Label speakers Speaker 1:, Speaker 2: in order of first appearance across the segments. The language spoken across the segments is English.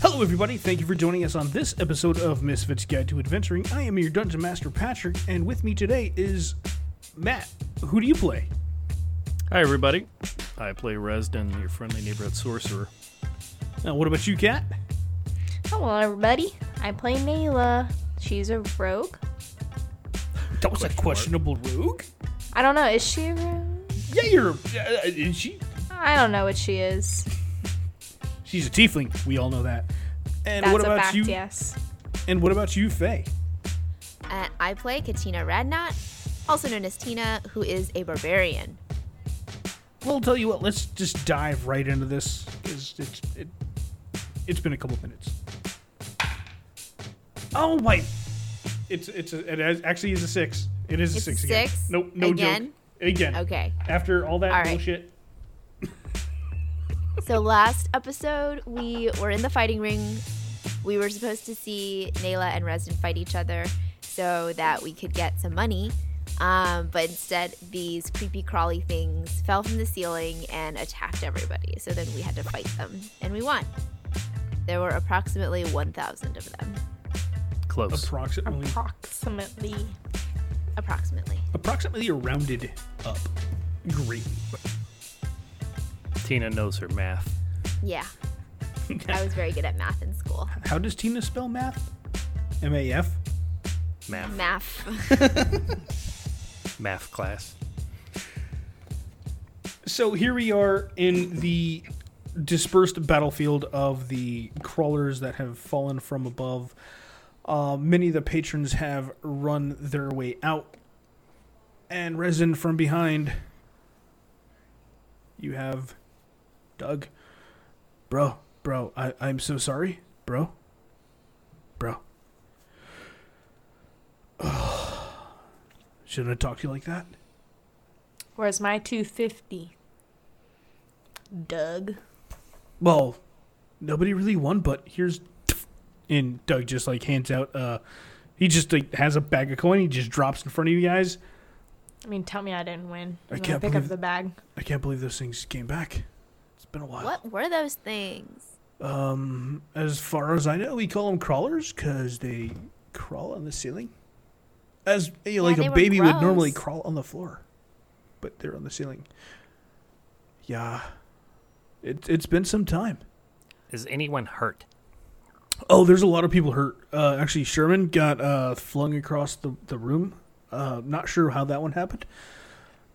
Speaker 1: Hello, everybody. Thank you for joining us on this episode of Misfits Guide to Adventuring. I am your Dungeon Master, Patrick, and with me today is Matt. Who do you play?
Speaker 2: Hi, everybody. I play Resden, your friendly neighborhood sorcerer.
Speaker 1: Uh, what about you, Kat?
Speaker 3: Hello, everybody. I play Nayla. She's a rogue.
Speaker 1: That was a questionable rogue.
Speaker 3: I don't know. Is she a rogue?
Speaker 1: Yeah, you're. Uh, is she?
Speaker 3: I don't know what she is.
Speaker 1: She's a tiefling. We all know that. And
Speaker 3: That's
Speaker 1: what
Speaker 3: a
Speaker 1: about
Speaker 3: fact,
Speaker 1: you?
Speaker 3: yes.
Speaker 1: And what about you, Faye?
Speaker 4: Uh, I play Katina Radnot, also known as Tina, who is a barbarian.
Speaker 1: Well, tell you what. Let's just dive right into this because it's it, it's been a couple minutes. Oh my! It's it's a, it has- actually is a six. It is a
Speaker 4: It's
Speaker 1: six
Speaker 4: a
Speaker 1: again.
Speaker 4: six?
Speaker 1: Nope, no joke.
Speaker 4: Again?
Speaker 1: Again.
Speaker 4: Okay.
Speaker 1: After all that
Speaker 4: All right.
Speaker 1: bullshit.
Speaker 4: So last episode, we were in the fighting ring. We were supposed to see Nayla and Resden fight each other so that we could get some money. Um, but instead, these creepy crawly things fell from the ceiling and attacked everybody. So then we had to fight them, and we won. There were approximately 1,000 of them,
Speaker 2: Close.
Speaker 1: Approximately.
Speaker 3: Approximately.
Speaker 4: approximately.
Speaker 1: approximately rounded up. Great.
Speaker 2: Tina knows her math.
Speaker 4: Yeah, I was very good at math in school.
Speaker 1: How does Tina spell math? M A F.
Speaker 2: Math.
Speaker 4: Math.
Speaker 2: math class.
Speaker 1: So here we are in the dispersed battlefield of the crawlers that have fallen from above. Uh, many of the patrons have run their way out. And Resin from behind. You have Doug. Bro, bro, I, I'm so sorry. Bro. Bro. Shouldn't have talked to you like that.
Speaker 3: Where's my 250? Doug.
Speaker 1: well, nobody really won, but here's and Doug just like hands out uh he just like has a bag of coin, he just drops in front of you guys.
Speaker 3: I mean, tell me I didn't win.
Speaker 1: I
Speaker 3: I'm gonna
Speaker 1: can't
Speaker 3: pick
Speaker 1: believe-
Speaker 3: up the bag.
Speaker 1: I can't believe those things came back. It's been a while.
Speaker 4: What were those things?
Speaker 1: Um as far as I know, we call them crawlers cuz they crawl on the ceiling. As you know,
Speaker 4: Yeah,
Speaker 1: like
Speaker 4: they
Speaker 1: a
Speaker 4: were
Speaker 1: baby would normally
Speaker 4: gross.
Speaker 1: crawl on the floor, but they're on the ceiling. Yeah. It, it's been some time.
Speaker 2: Is anyone hurt?
Speaker 1: Oh, there's a lot of people hurt. Uh, actually, Sherman got uh, flung across the, the room. Uh, not sure how that one happened.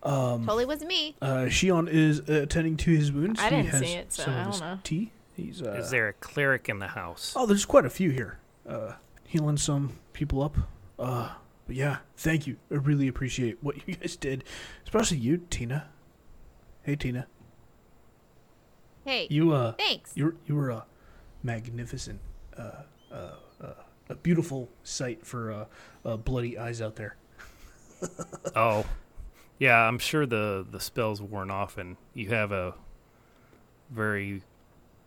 Speaker 4: totally was me.
Speaker 1: Uh, Shion is uh, attending to his wounds.
Speaker 3: I didn't
Speaker 1: he has
Speaker 3: see it, so
Speaker 1: some
Speaker 3: I
Speaker 1: of
Speaker 3: don't
Speaker 1: his
Speaker 3: know.
Speaker 1: Tea. He's, uh,
Speaker 2: Is there a cleric in the house?
Speaker 1: Oh, there's quite a few here. Uh, healing some people up. Uh, but yeah, thank you. I really appreciate what you guys did, especially you, Tina. Hey, Tina.
Speaker 4: Hey,
Speaker 1: You uh,
Speaker 4: thanks.
Speaker 1: you were, you were a magnificent, uh, uh, uh, a beautiful sight for uh, uh, bloody eyes out there.
Speaker 2: Oh. Yeah, I'm sure the, the spell's worn off and you have a very,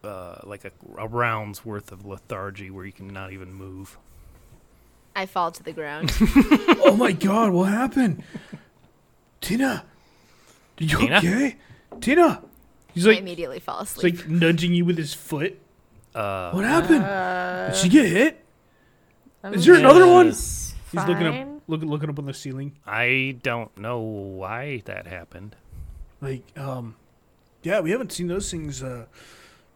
Speaker 2: uh, like a, a round's worth of lethargy where you can not even move.
Speaker 4: I fall to the ground.
Speaker 1: Oh my god, what happened? Tina. Are you
Speaker 2: Tina?
Speaker 1: okay? Tina. He's
Speaker 4: I
Speaker 1: like
Speaker 4: immediately fall
Speaker 1: he's
Speaker 4: asleep.
Speaker 1: like nudging you with his foot.
Speaker 2: Uh,
Speaker 1: What happened? Did she get hit?
Speaker 3: Uh, I'm
Speaker 1: Is there another one?
Speaker 3: He's
Speaker 1: He's looking up look, looking up on the ceiling.
Speaker 2: I don't know why that happened.
Speaker 1: Like, um Yeah, we haven't seen those things uh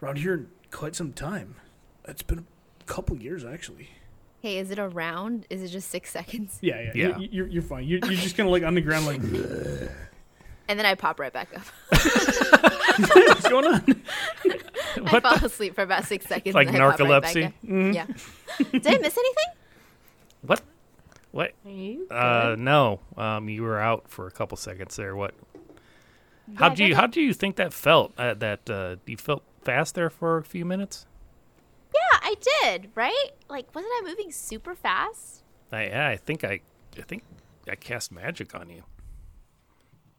Speaker 1: around here in quite some time. It's been a couple years actually.
Speaker 4: hey, is it a round? Is it just six seconds?
Speaker 1: Yeah, yeah.
Speaker 2: Yeah.
Speaker 1: You're, you're, you're fine. You're, you're just kinda like on the ground like
Speaker 4: And then I pop right back up.
Speaker 1: what's going on?
Speaker 4: I fall asleep for about six seconds.
Speaker 2: Like
Speaker 4: and then I pop right back
Speaker 2: narcolepsy?
Speaker 4: up. Yeah. Did I miss anything?
Speaker 2: What? What? Uh, no. Um, you were out for a couple seconds there. What? How
Speaker 4: Yeah,
Speaker 2: do you
Speaker 4: that-
Speaker 2: how do you think that felt? Uh, that uh, you felt fast there for a few minutes.
Speaker 4: Yeah, I did. Right? Like, wasn't I moving super fast?
Speaker 2: I yeah, I think I I think I cast magic on you.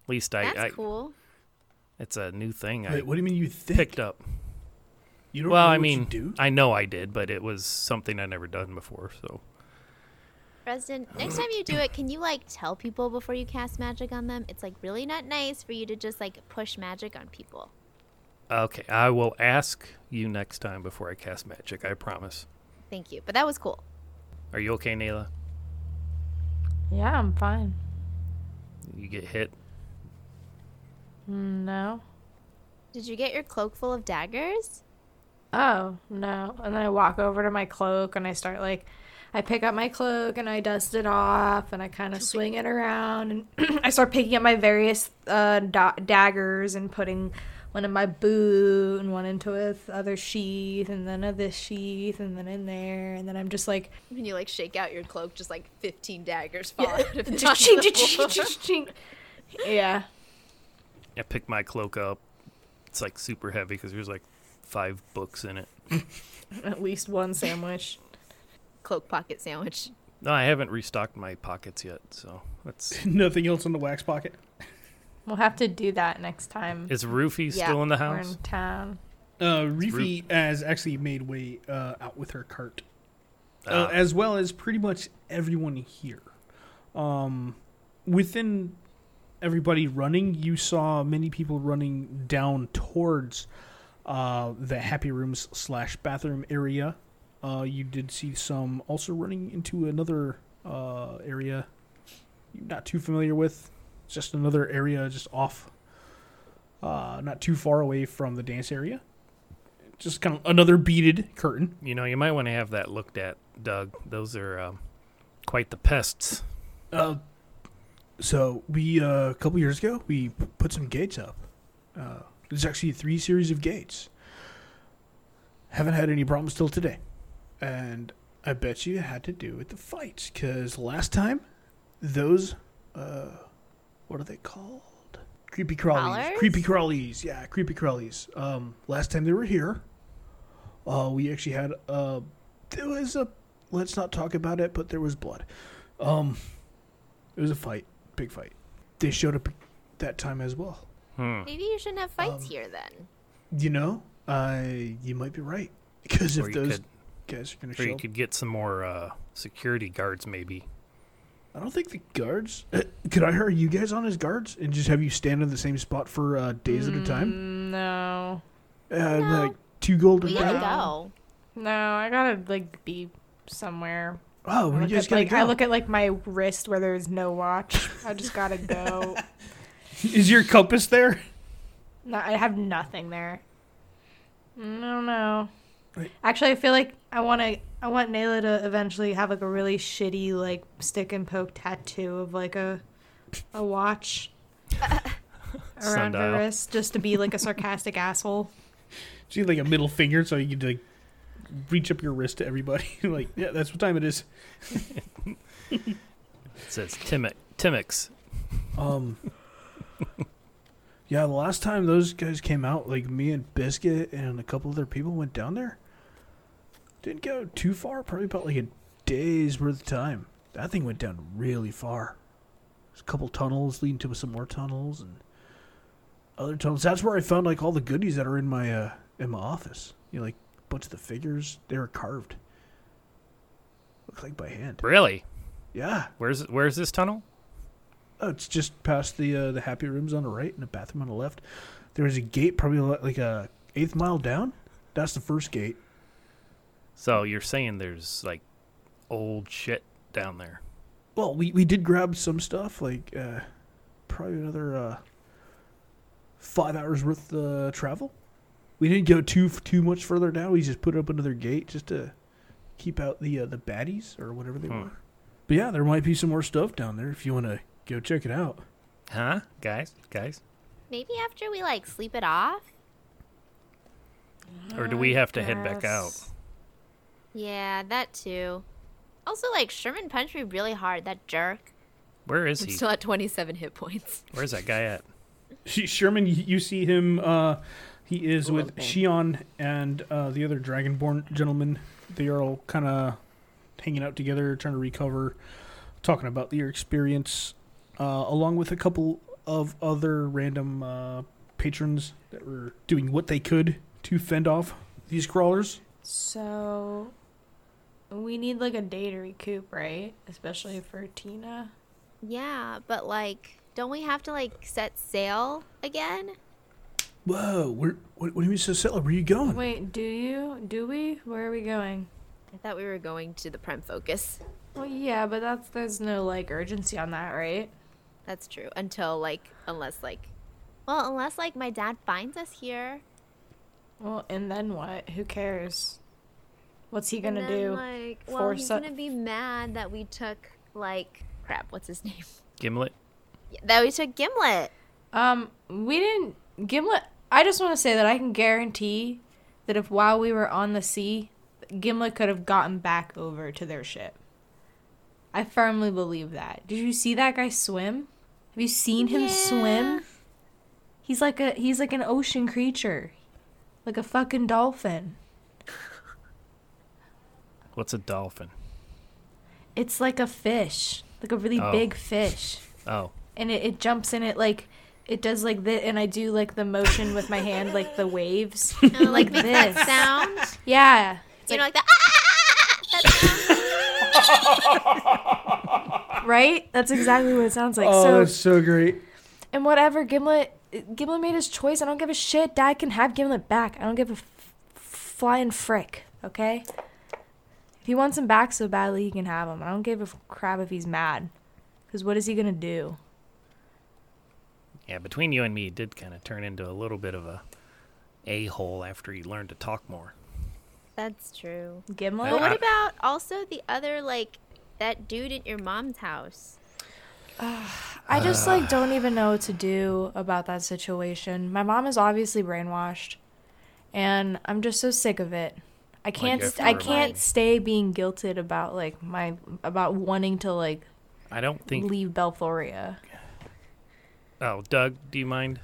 Speaker 2: At least I,
Speaker 4: That's
Speaker 2: I
Speaker 4: cool.
Speaker 2: it's a new thing I
Speaker 1: Wait, what do you mean you think?
Speaker 2: picked up.
Speaker 1: You don't
Speaker 2: Well,
Speaker 1: know
Speaker 2: I
Speaker 1: what you
Speaker 2: mean,
Speaker 1: do?
Speaker 2: I know I did, but it was something I never done before. So
Speaker 4: Resident, next time you do it, can you like tell people before you cast magic on them? It's like really not nice for you to just like push magic on people.
Speaker 2: Okay, I will ask you next time before I cast magic. I promise.
Speaker 4: Thank you. But that was cool.
Speaker 2: Are you okay, Nayla?
Speaker 3: Yeah, I'm fine.
Speaker 2: You get hit.
Speaker 3: Mm, No.
Speaker 4: Did you get your cloak full of daggers?
Speaker 3: Oh, no. And then I walk over to my cloak and I start like I pick up my cloak and I dust it off and I kind of swing it around and I start picking up my various uh, da- daggers and putting one in my boot and one into its other sheath and then a this sheath and then in there and then I'm just like
Speaker 4: When you like shake out your cloak, just like 15 daggers fall out of it on the floor.
Speaker 3: Ching-ching-ching-ching-ching. yeah
Speaker 2: I pick my cloak up. It's like super heavy because there's like five books in it.
Speaker 3: at least one sandwich
Speaker 4: Cloak pocket sandwich.
Speaker 2: No, I haven't restocked my pockets yet, so that's.
Speaker 1: Nothing else in the wax pocket.
Speaker 3: we'll have to do that next time
Speaker 2: Is Rufy
Speaker 4: Yeah,
Speaker 2: still in the
Speaker 3: we're
Speaker 2: house?
Speaker 3: in town
Speaker 1: Uh, Reefy has actually made way uh, out with her cart, uh,
Speaker 2: Ah.
Speaker 1: as well as pretty much everyone here. Um, within everybody running, you saw many people running down towards uh, the happy rooms slash bathroom area. Uh, you did see some also running into another uh, area you're not too familiar with. It's just another area just off, uh, not too far away from the dance area. Just kind of another beaded curtain.
Speaker 2: You know, you might want to have that looked at, Doug. Those are um, quite the pests.
Speaker 1: Uh, so we uh, a couple years ago we p- put some gates up. Uh, there's actually three series of gates. Haven't had any problems till today, and I bet you it had to do with the fights. Cause last time, those uh, what are they called? Creepy crawlies.
Speaker 4: Crawlers?
Speaker 1: Creepy crawlies. Yeah, creepy crawlies. Um, last time they were here, uh, we actually had uh, there was a let's not talk about it, but there was blood. Um, it was a fight, big fight. They showed up that time as well.
Speaker 2: Hmm.
Speaker 4: Maybe you shouldn't have fights
Speaker 1: Um,
Speaker 4: here then.
Speaker 1: You know, I you might be right because
Speaker 2: Or
Speaker 1: if
Speaker 2: you
Speaker 1: those
Speaker 2: could-
Speaker 1: guys are gonna
Speaker 2: Or
Speaker 1: show
Speaker 2: you
Speaker 1: up,
Speaker 2: could get some more uh, security guards, maybe.
Speaker 1: I don't think the guards. could I hire you guys on as guards and just have you stand in the same spot for uh, days at a time?
Speaker 3: no
Speaker 1: Uh,
Speaker 3: Mm,
Speaker 4: No.
Speaker 1: Like two golden.
Speaker 4: We gotta
Speaker 1: days?
Speaker 4: go.
Speaker 3: no I gotta like be somewhere
Speaker 1: Oh,
Speaker 3: I
Speaker 1: we
Speaker 3: look,
Speaker 1: just
Speaker 3: at,
Speaker 1: gotta
Speaker 3: like,
Speaker 1: go.
Speaker 3: I look at like my wrist where there's no watch. I just gotta go.
Speaker 1: Is your compass there?
Speaker 3: no, I have nothing there. No, no.
Speaker 1: Wait.
Speaker 3: Actually, I feel like I want to. I want Nayla to eventually have like a really shitty like stick and poke tattoo of like a a watch around her
Speaker 2: Sundial.
Speaker 3: wrist, just to be like a sarcastic asshole.
Speaker 1: Do you like a middle finger so you could like reach up your wrist to everybody? like, yeah, that's what time it is.
Speaker 2: It says Timic. Timix.
Speaker 1: Um. yeah, the last time those guys came out, like me and Biscuit and a couple other people went down there. Didn't go too far, probably about like a day's worth of time. That thing went down really far. There's a couple tunnels leading to some more tunnels and other tunnels. That's where I found like all the goodies that are in my uh in my office. You know, like a bunch of the figures, they were carved. Looks like by hand.
Speaker 2: Really?
Speaker 1: Yeah.
Speaker 2: Where's Where's this tunnel?
Speaker 1: Oh, it's just past the uh, the happy rooms on the right and the bathroom on the left. There is a gate, probably li- like a eighth mile down. That's the first gate.
Speaker 4: Hmm.
Speaker 2: So you're saying there's like old shit down there.
Speaker 1: Well, we, we did grab some stuff, like uh, probably another uh, five hours worth uh, travel. We didn't go too too much further down. We just put up another gate just to keep out the uh, the baddies or whatever they
Speaker 2: Hmm.
Speaker 1: were. But yeah, there might be some more stuff down there if you want to go check it out.
Speaker 2: Huh? Guys? Guys?
Speaker 4: Maybe after we like sleep it off?
Speaker 2: Or do we have to head back out?
Speaker 3: Yes.
Speaker 4: Yeah, that too. Also, like, Sherman punched me really hard, that jerk.
Speaker 2: Where is
Speaker 4: I'm
Speaker 2: he?
Speaker 4: still at 27 hit points.
Speaker 2: Where's that guy at?
Speaker 1: She, Sherman, y- you see him. Uh, he is
Speaker 4: Ooh,
Speaker 1: with
Speaker 4: okay.
Speaker 1: Shion and uh, the other Dragonborn gentleman. They are all kind of hanging out together, trying to recover, talking about their experience, uh, along with a couple of other random uh, patrons that were doing what they could to fend off these crawlers.
Speaker 3: So we need like a day to recoup, right? Especially for Tina.
Speaker 4: Yeah, but like, don't we have to like set sail again?
Speaker 1: Whoa, where, what, what do you mean so settler? Where are you going?
Speaker 3: Wait, do you? Do we? Where are we going?
Speaker 4: I thought we were going to the prime focus.
Speaker 3: Well, yeah, but that's there's no like urgency on that, right?
Speaker 4: That's true. Until like, unless like, well, unless like my dad finds us here.
Speaker 3: Well, and then what? Who cares? What's he
Speaker 4: and
Speaker 3: gonna
Speaker 4: then,
Speaker 3: do?
Speaker 4: Like, well,
Speaker 3: force
Speaker 4: he's
Speaker 3: us-
Speaker 4: gonna be mad that we took like crap. What's his name?
Speaker 2: Gimlet.
Speaker 4: That we took Gimlet.
Speaker 3: Um, we didn't Gimlet. I just want to say that I can guarantee that if while we were on the sea, Gimlet could have gotten back over to their ship. I firmly believe that. Did you see that guy swim? Have you seen him swim? He's like a he's like an ocean creature. Like a fucking dolphin.
Speaker 2: What's a dolphin?
Speaker 3: It's like a fish. Like a really
Speaker 2: Oh.
Speaker 3: big fish.
Speaker 2: Oh,
Speaker 3: and it, it jumps in it like it does like this and i do like the motion with my hand like the waves like
Speaker 4: makes that
Speaker 3: this
Speaker 4: sound.
Speaker 3: yeah
Speaker 4: you know, like the ah. that sound.
Speaker 3: right that's exactly what it sounds like
Speaker 1: oh,
Speaker 3: so
Speaker 1: that's so great.
Speaker 3: and whatever gimlet gimlet made his choice i don't give a shit dad can have gimlet back i don't give a f- flying frick okay if he wants him back so badly he can have him i don't give a f- crap if he's mad because what is he gonna do
Speaker 2: yeah. Between you and me, it did kind of turn into a little bit of a a hole after you learned to talk more.
Speaker 4: That's true.
Speaker 3: gimlet
Speaker 2: No,
Speaker 4: But what
Speaker 2: I-
Speaker 4: about also the other like that dude at your mom's house?
Speaker 3: I just like don't even know what to do about that situation. My mom is obviously brainwashed, and I'm just so sick of it. I can't.
Speaker 2: you have
Speaker 3: st-
Speaker 2: to
Speaker 3: I
Speaker 2: remind
Speaker 3: can't
Speaker 2: me.
Speaker 3: stay being guilted about like my about wanting to like
Speaker 2: I don't think.
Speaker 3: leave Belthoria.
Speaker 2: Oh, Doug, do you mind?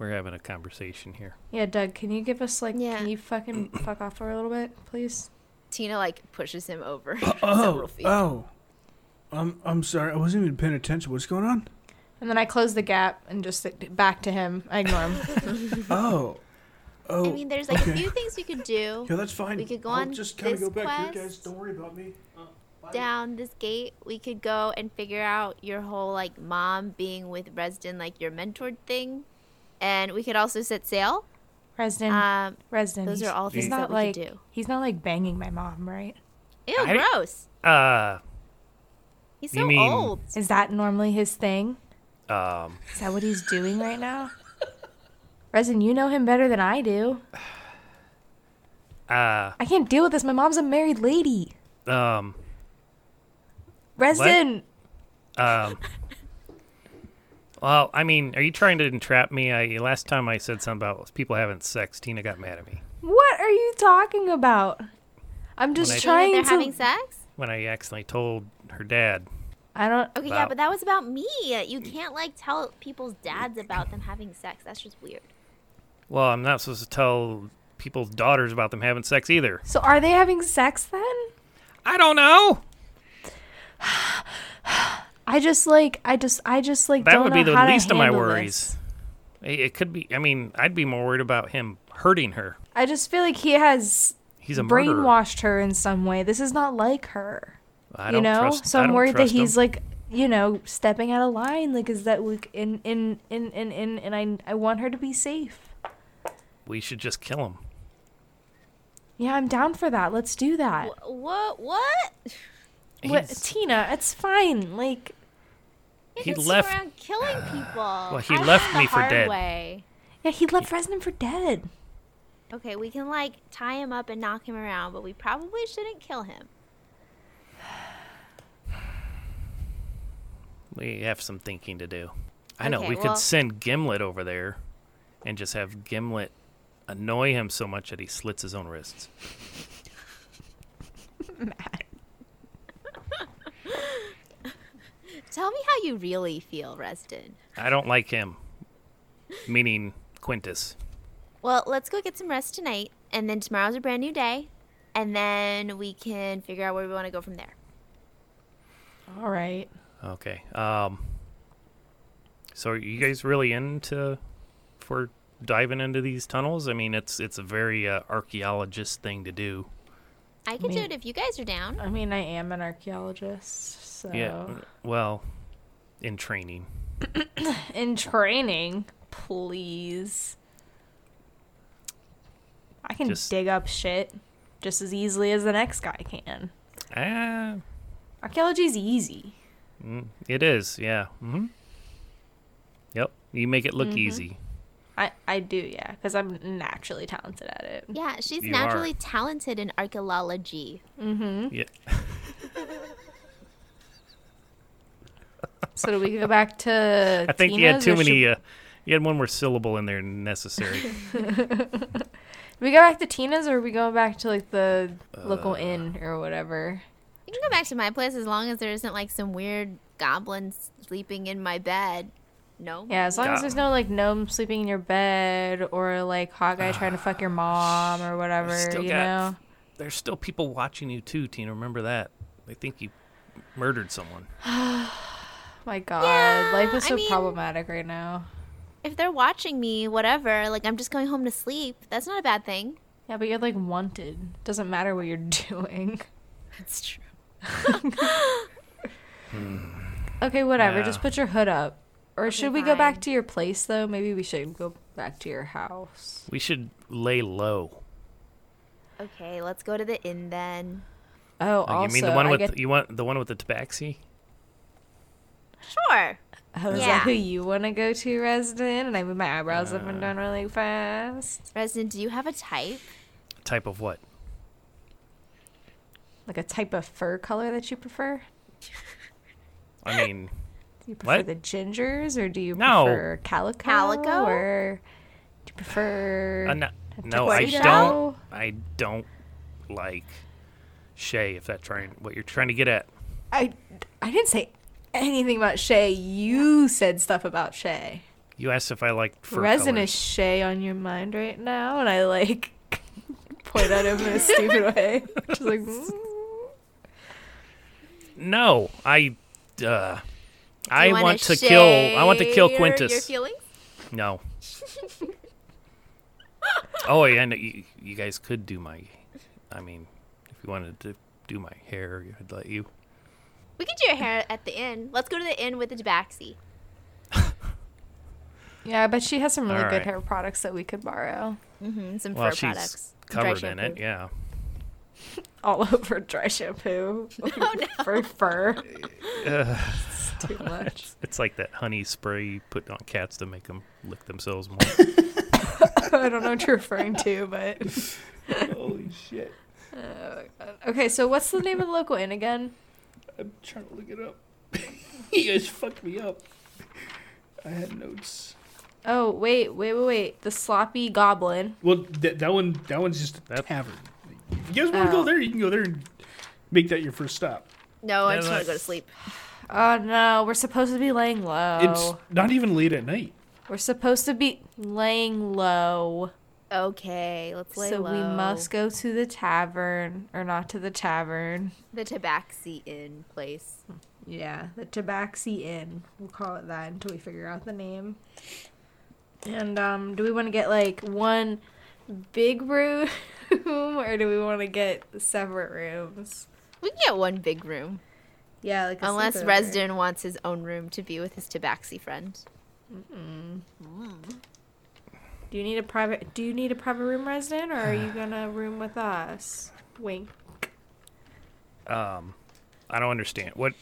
Speaker 2: We're having a conversation here.
Speaker 3: Yeah, Doug, can you give us like?
Speaker 4: Yeah.
Speaker 3: Can you fucking fuck off for a little bit, please?
Speaker 4: Tina like pushes him over
Speaker 1: Oh,
Speaker 4: several feet.
Speaker 1: oh. I'm, I'm sorry. I wasn't even paying attention. What's going on?
Speaker 3: And then I close the gap and just sit back to him. I ignore him.
Speaker 1: Oh. Oh.
Speaker 4: I mean, there's like a
Speaker 1: okay.
Speaker 4: few things you could do.
Speaker 1: Yeah, that's fine.
Speaker 4: We could go
Speaker 1: I'll
Speaker 4: on
Speaker 1: just kinda
Speaker 4: this
Speaker 1: go back here,
Speaker 4: quest.
Speaker 1: guys. Don't worry about me. Uh, bye.
Speaker 4: down this gate, we could go and figure out your whole like mom being with Resden, like your mentored thing, and we could also set sail.
Speaker 3: Resden,
Speaker 4: Um,
Speaker 3: Resden.
Speaker 4: those
Speaker 3: he's-
Speaker 4: are all
Speaker 3: He's
Speaker 4: things
Speaker 3: not
Speaker 4: that we
Speaker 3: like.
Speaker 4: could do.
Speaker 3: He's not like banging my mom, right?
Speaker 4: Ew,
Speaker 2: I-
Speaker 4: gross.
Speaker 2: Uh,
Speaker 4: He's
Speaker 2: You
Speaker 4: so
Speaker 2: mean-
Speaker 4: old.
Speaker 3: Is that normally his thing?
Speaker 2: um,
Speaker 3: Is that what he's doing right now? Resin, you know him better than I do.
Speaker 2: uh,
Speaker 3: I can't deal with this. My mom's a married lady.
Speaker 2: um,
Speaker 3: Resin,
Speaker 2: um. Well, I mean, are you trying to entrap me? I last time I said something about people having sex. Tina got mad at me
Speaker 3: what? are you talking about? I'm just
Speaker 2: I-
Speaker 4: Trying
Speaker 3: trying
Speaker 4: they're
Speaker 3: to.
Speaker 4: having sex.
Speaker 2: when I accidentally told her dad.
Speaker 3: I don't.
Speaker 4: Okay, yeah,
Speaker 2: Wow.
Speaker 4: but that was about me. You can't like tell people's dads about them having sex. That's just weird.
Speaker 2: Well, I'm not supposed to tell people's daughters about them having sex either.
Speaker 3: So are they having sex then?
Speaker 2: I don't know.
Speaker 3: I just like. I just. I just like.
Speaker 2: That
Speaker 3: don't
Speaker 2: would be
Speaker 3: know
Speaker 2: the
Speaker 3: how to
Speaker 2: least of my
Speaker 3: handle
Speaker 2: worries.
Speaker 3: this.
Speaker 2: I- It could be. I mean, I'd be more worried about him hurting her.
Speaker 3: I just feel like he has
Speaker 2: He's a murderer.
Speaker 3: brainwashed her in some way. This is not like her.
Speaker 2: I
Speaker 3: you
Speaker 2: don't
Speaker 3: know
Speaker 2: trust-
Speaker 3: so
Speaker 2: I
Speaker 3: i'm
Speaker 2: don't
Speaker 3: worried that
Speaker 2: trust
Speaker 3: he's
Speaker 2: him.
Speaker 3: like you know stepping out of line like is that like in in in in in and i i want her to be safe
Speaker 2: We should just kill him.
Speaker 3: yeah i'm down for that let's do that
Speaker 4: Wh- What? What?
Speaker 3: what,
Speaker 2: He's-
Speaker 3: tina it's fine like
Speaker 4: You
Speaker 2: He
Speaker 4: just sit
Speaker 2: left-
Speaker 4: around killing people. well,
Speaker 2: he left me for dead.
Speaker 4: Way.
Speaker 3: yeah he left Resnick for dead
Speaker 4: Okay, we can like tie him up and knock him around, but we probably shouldn't kill him.
Speaker 2: We have some thinking to do. I know
Speaker 4: Okay,
Speaker 2: we
Speaker 4: well-
Speaker 2: could send Gimlet over there, and just have Gimlet annoy him so much that he slits his own wrists.
Speaker 4: Tell me how you really feel, Reston.
Speaker 2: I don't like him. Meaning Quintus.
Speaker 4: Well, let's go get some rest tonight, and then tomorrow's a brand new day, and then we can figure out where we want to go from there.
Speaker 3: all right
Speaker 2: Okay. Um. So are you guys really into for diving into these tunnels? I mean, it's it's a very uh, archaeologist thing to do.
Speaker 4: I can do
Speaker 3: Me-
Speaker 4: it if you guys are down.
Speaker 3: i mean i am an archaeologist so
Speaker 2: Yeah. Well, in training.
Speaker 3: in training please I can
Speaker 2: Just-
Speaker 3: dig up shit just as easily as the next guy can.
Speaker 2: Ah,
Speaker 3: Archaeology's easy.
Speaker 2: mm, it is. Yeah. hmm Yep. You make it look
Speaker 3: Mhm.
Speaker 2: easy.
Speaker 3: I, I do, yeah, because I'm naturally talented at it.
Speaker 4: Yeah, she's
Speaker 2: You
Speaker 4: naturally
Speaker 2: are.
Speaker 4: talented in archaeology.
Speaker 3: Mm-hmm.
Speaker 2: Yeah.
Speaker 3: So do we go back to?
Speaker 2: I think you had
Speaker 3: Tina's,
Speaker 2: too
Speaker 3: or should-
Speaker 2: many. Uh, you had one more syllable in there than necessary.
Speaker 3: we go back to Tina's, or we go back to like the local
Speaker 2: Uh,
Speaker 3: inn or whatever.
Speaker 4: You can go back to my place as long as there isn't like some weird goblin sleeping in my bed. No.
Speaker 3: Yeah, as long as
Speaker 2: God.
Speaker 3: there's no like gnome sleeping in your bed or like hot guy trying to fuck your mom or whatever,
Speaker 2: still
Speaker 3: you
Speaker 2: got-
Speaker 3: know.
Speaker 2: There's still people watching you too, Tina. Remember that. They think you murdered someone.
Speaker 3: My God,
Speaker 4: Yeah,
Speaker 3: life is
Speaker 4: I
Speaker 3: so
Speaker 4: mean-
Speaker 3: problematic right now.
Speaker 4: If they're watching me, whatever, like I'm just going home to sleep. That's not a bad thing.
Speaker 3: Yeah, but you're like wanted. Doesn't matter what you're doing.
Speaker 4: That's true.
Speaker 3: Okay, whatever.
Speaker 2: Hmm. Yeah.
Speaker 3: Just put your hood up. Or should we go
Speaker 4: fine.
Speaker 3: back to your place though? Maybe we should go back to your house.
Speaker 2: We should lay low.
Speaker 4: Okay, let's go to the inn then.
Speaker 3: Oh,
Speaker 2: Oh,
Speaker 3: also,
Speaker 2: you mean the one
Speaker 3: I
Speaker 2: with
Speaker 3: get-
Speaker 2: you want the one with the tabaxi?
Speaker 4: Sure.
Speaker 3: oh, is
Speaker 4: yeah.
Speaker 3: that who you want to go to, resident? And I move my eyebrows up
Speaker 2: Uh.
Speaker 3: and down really fast,
Speaker 4: Resident, do you have a type?
Speaker 2: Type of what?
Speaker 3: like a type of fur color that you prefer.
Speaker 2: I mean,
Speaker 3: Do you prefer
Speaker 2: What?
Speaker 3: the gingers, or do you
Speaker 2: No.
Speaker 3: prefer calico?
Speaker 4: Calico?
Speaker 3: or do you prefer?
Speaker 2: uh, no, no, I
Speaker 4: tuxedo?
Speaker 2: don't. I don't like Shay. If that's trying what you're trying to get at.
Speaker 3: I I didn't say anything about Shay. You said stuff about Shay.
Speaker 2: You asked if I liked fur
Speaker 3: Resin
Speaker 2: colors.
Speaker 3: is Shay on your mind right now, and I like point at him in a stupid way. Just like, mm.
Speaker 2: No, I. Uh, I
Speaker 4: You wanna
Speaker 2: want to kill. I want to kill
Speaker 4: share Your
Speaker 2: Quintus.
Speaker 4: feelings?
Speaker 2: No. oh, yeah. And you, you guys could do my. I mean, if you wanted to do my hair, I'd let you.
Speaker 4: We could do your hair at the inn. Let's go to the inn with the tabaxi.
Speaker 3: yeah, but she has some really
Speaker 2: All
Speaker 3: good
Speaker 2: right.
Speaker 3: hair products that we could borrow.
Speaker 4: Mm-hmm. Some
Speaker 2: Well,
Speaker 4: fur
Speaker 2: she's
Speaker 4: products. Dry
Speaker 2: covered in it.
Speaker 4: shampoo.
Speaker 2: Yeah.
Speaker 3: All over dry shampoo for fur.
Speaker 2: Ugh,
Speaker 3: Oh, It's too much.
Speaker 2: it's like that honey spray you put on cats to make them lick themselves more.
Speaker 3: I don't know what you're referring to, but uh,
Speaker 1: Holy shit.
Speaker 3: okay. So what's the name of the local inn again?
Speaker 1: I'm trying to look it up. you guys fucked me up. I had notes.
Speaker 3: Oh wait, wait, wait, wait. The sloppy goblin.
Speaker 1: Well, that that one that one's just a
Speaker 2: That-
Speaker 1: tavern. If you guys want to
Speaker 3: Oh.
Speaker 1: go there, you can go there and make that your first stop.
Speaker 4: No, I
Speaker 2: No,
Speaker 4: just want
Speaker 2: that's-
Speaker 4: to go to sleep.
Speaker 3: Oh no, we're supposed to be laying low.
Speaker 4: Oh.
Speaker 1: It's not even late at night.
Speaker 3: We're supposed to be laying low.
Speaker 4: Okay, let's lay
Speaker 3: so we
Speaker 4: low.
Speaker 3: must go to the tavern, or not to the tavern.
Speaker 4: the tabaxi inn place.
Speaker 3: Yeah, the Tabaxi Inn. We'll call it that until we figure out the name. And um, do we want to get like one big room, or do we want to get separate rooms?
Speaker 4: We can get one big room,
Speaker 3: Yeah, like a
Speaker 4: unless
Speaker 3: sleepover.
Speaker 4: Resden wants his own room to be with his tabaxi friend.
Speaker 3: Do you need a private? Do you need a private room, resident, or are you gonna room with us? Wink.
Speaker 2: Um, I don't understand. What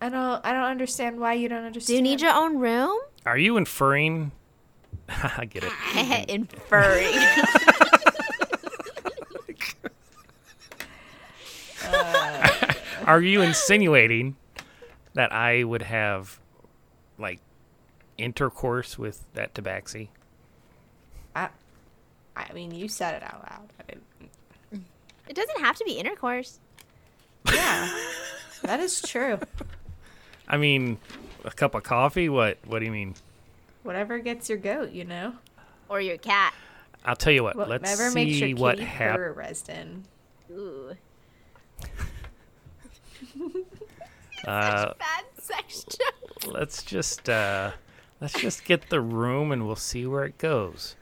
Speaker 3: I don't. I don't understand why you don't understand.
Speaker 4: Do you need your own room?
Speaker 2: are you inferring? I get it.
Speaker 4: Inferring.
Speaker 2: Are you insinuating that I would have like intercourse with that tabaxi?
Speaker 3: I, I mean, you said it out loud. I didn't.
Speaker 4: it doesn't have to be intercourse.
Speaker 3: Yeah, that is true.
Speaker 2: I mean, a cup of coffee? What? What do you mean?
Speaker 3: Whatever gets your goat, you know.
Speaker 4: Or your cat.
Speaker 2: I'll tell you what. let's
Speaker 3: Whatever
Speaker 2: see
Speaker 3: makes your
Speaker 2: what
Speaker 3: kitty
Speaker 2: happens.
Speaker 3: purr, Resden.
Speaker 4: Ooh.
Speaker 2: Uh,
Speaker 4: Bad sex joke.
Speaker 2: let's just uh, let's just get the room and we'll see where it goes.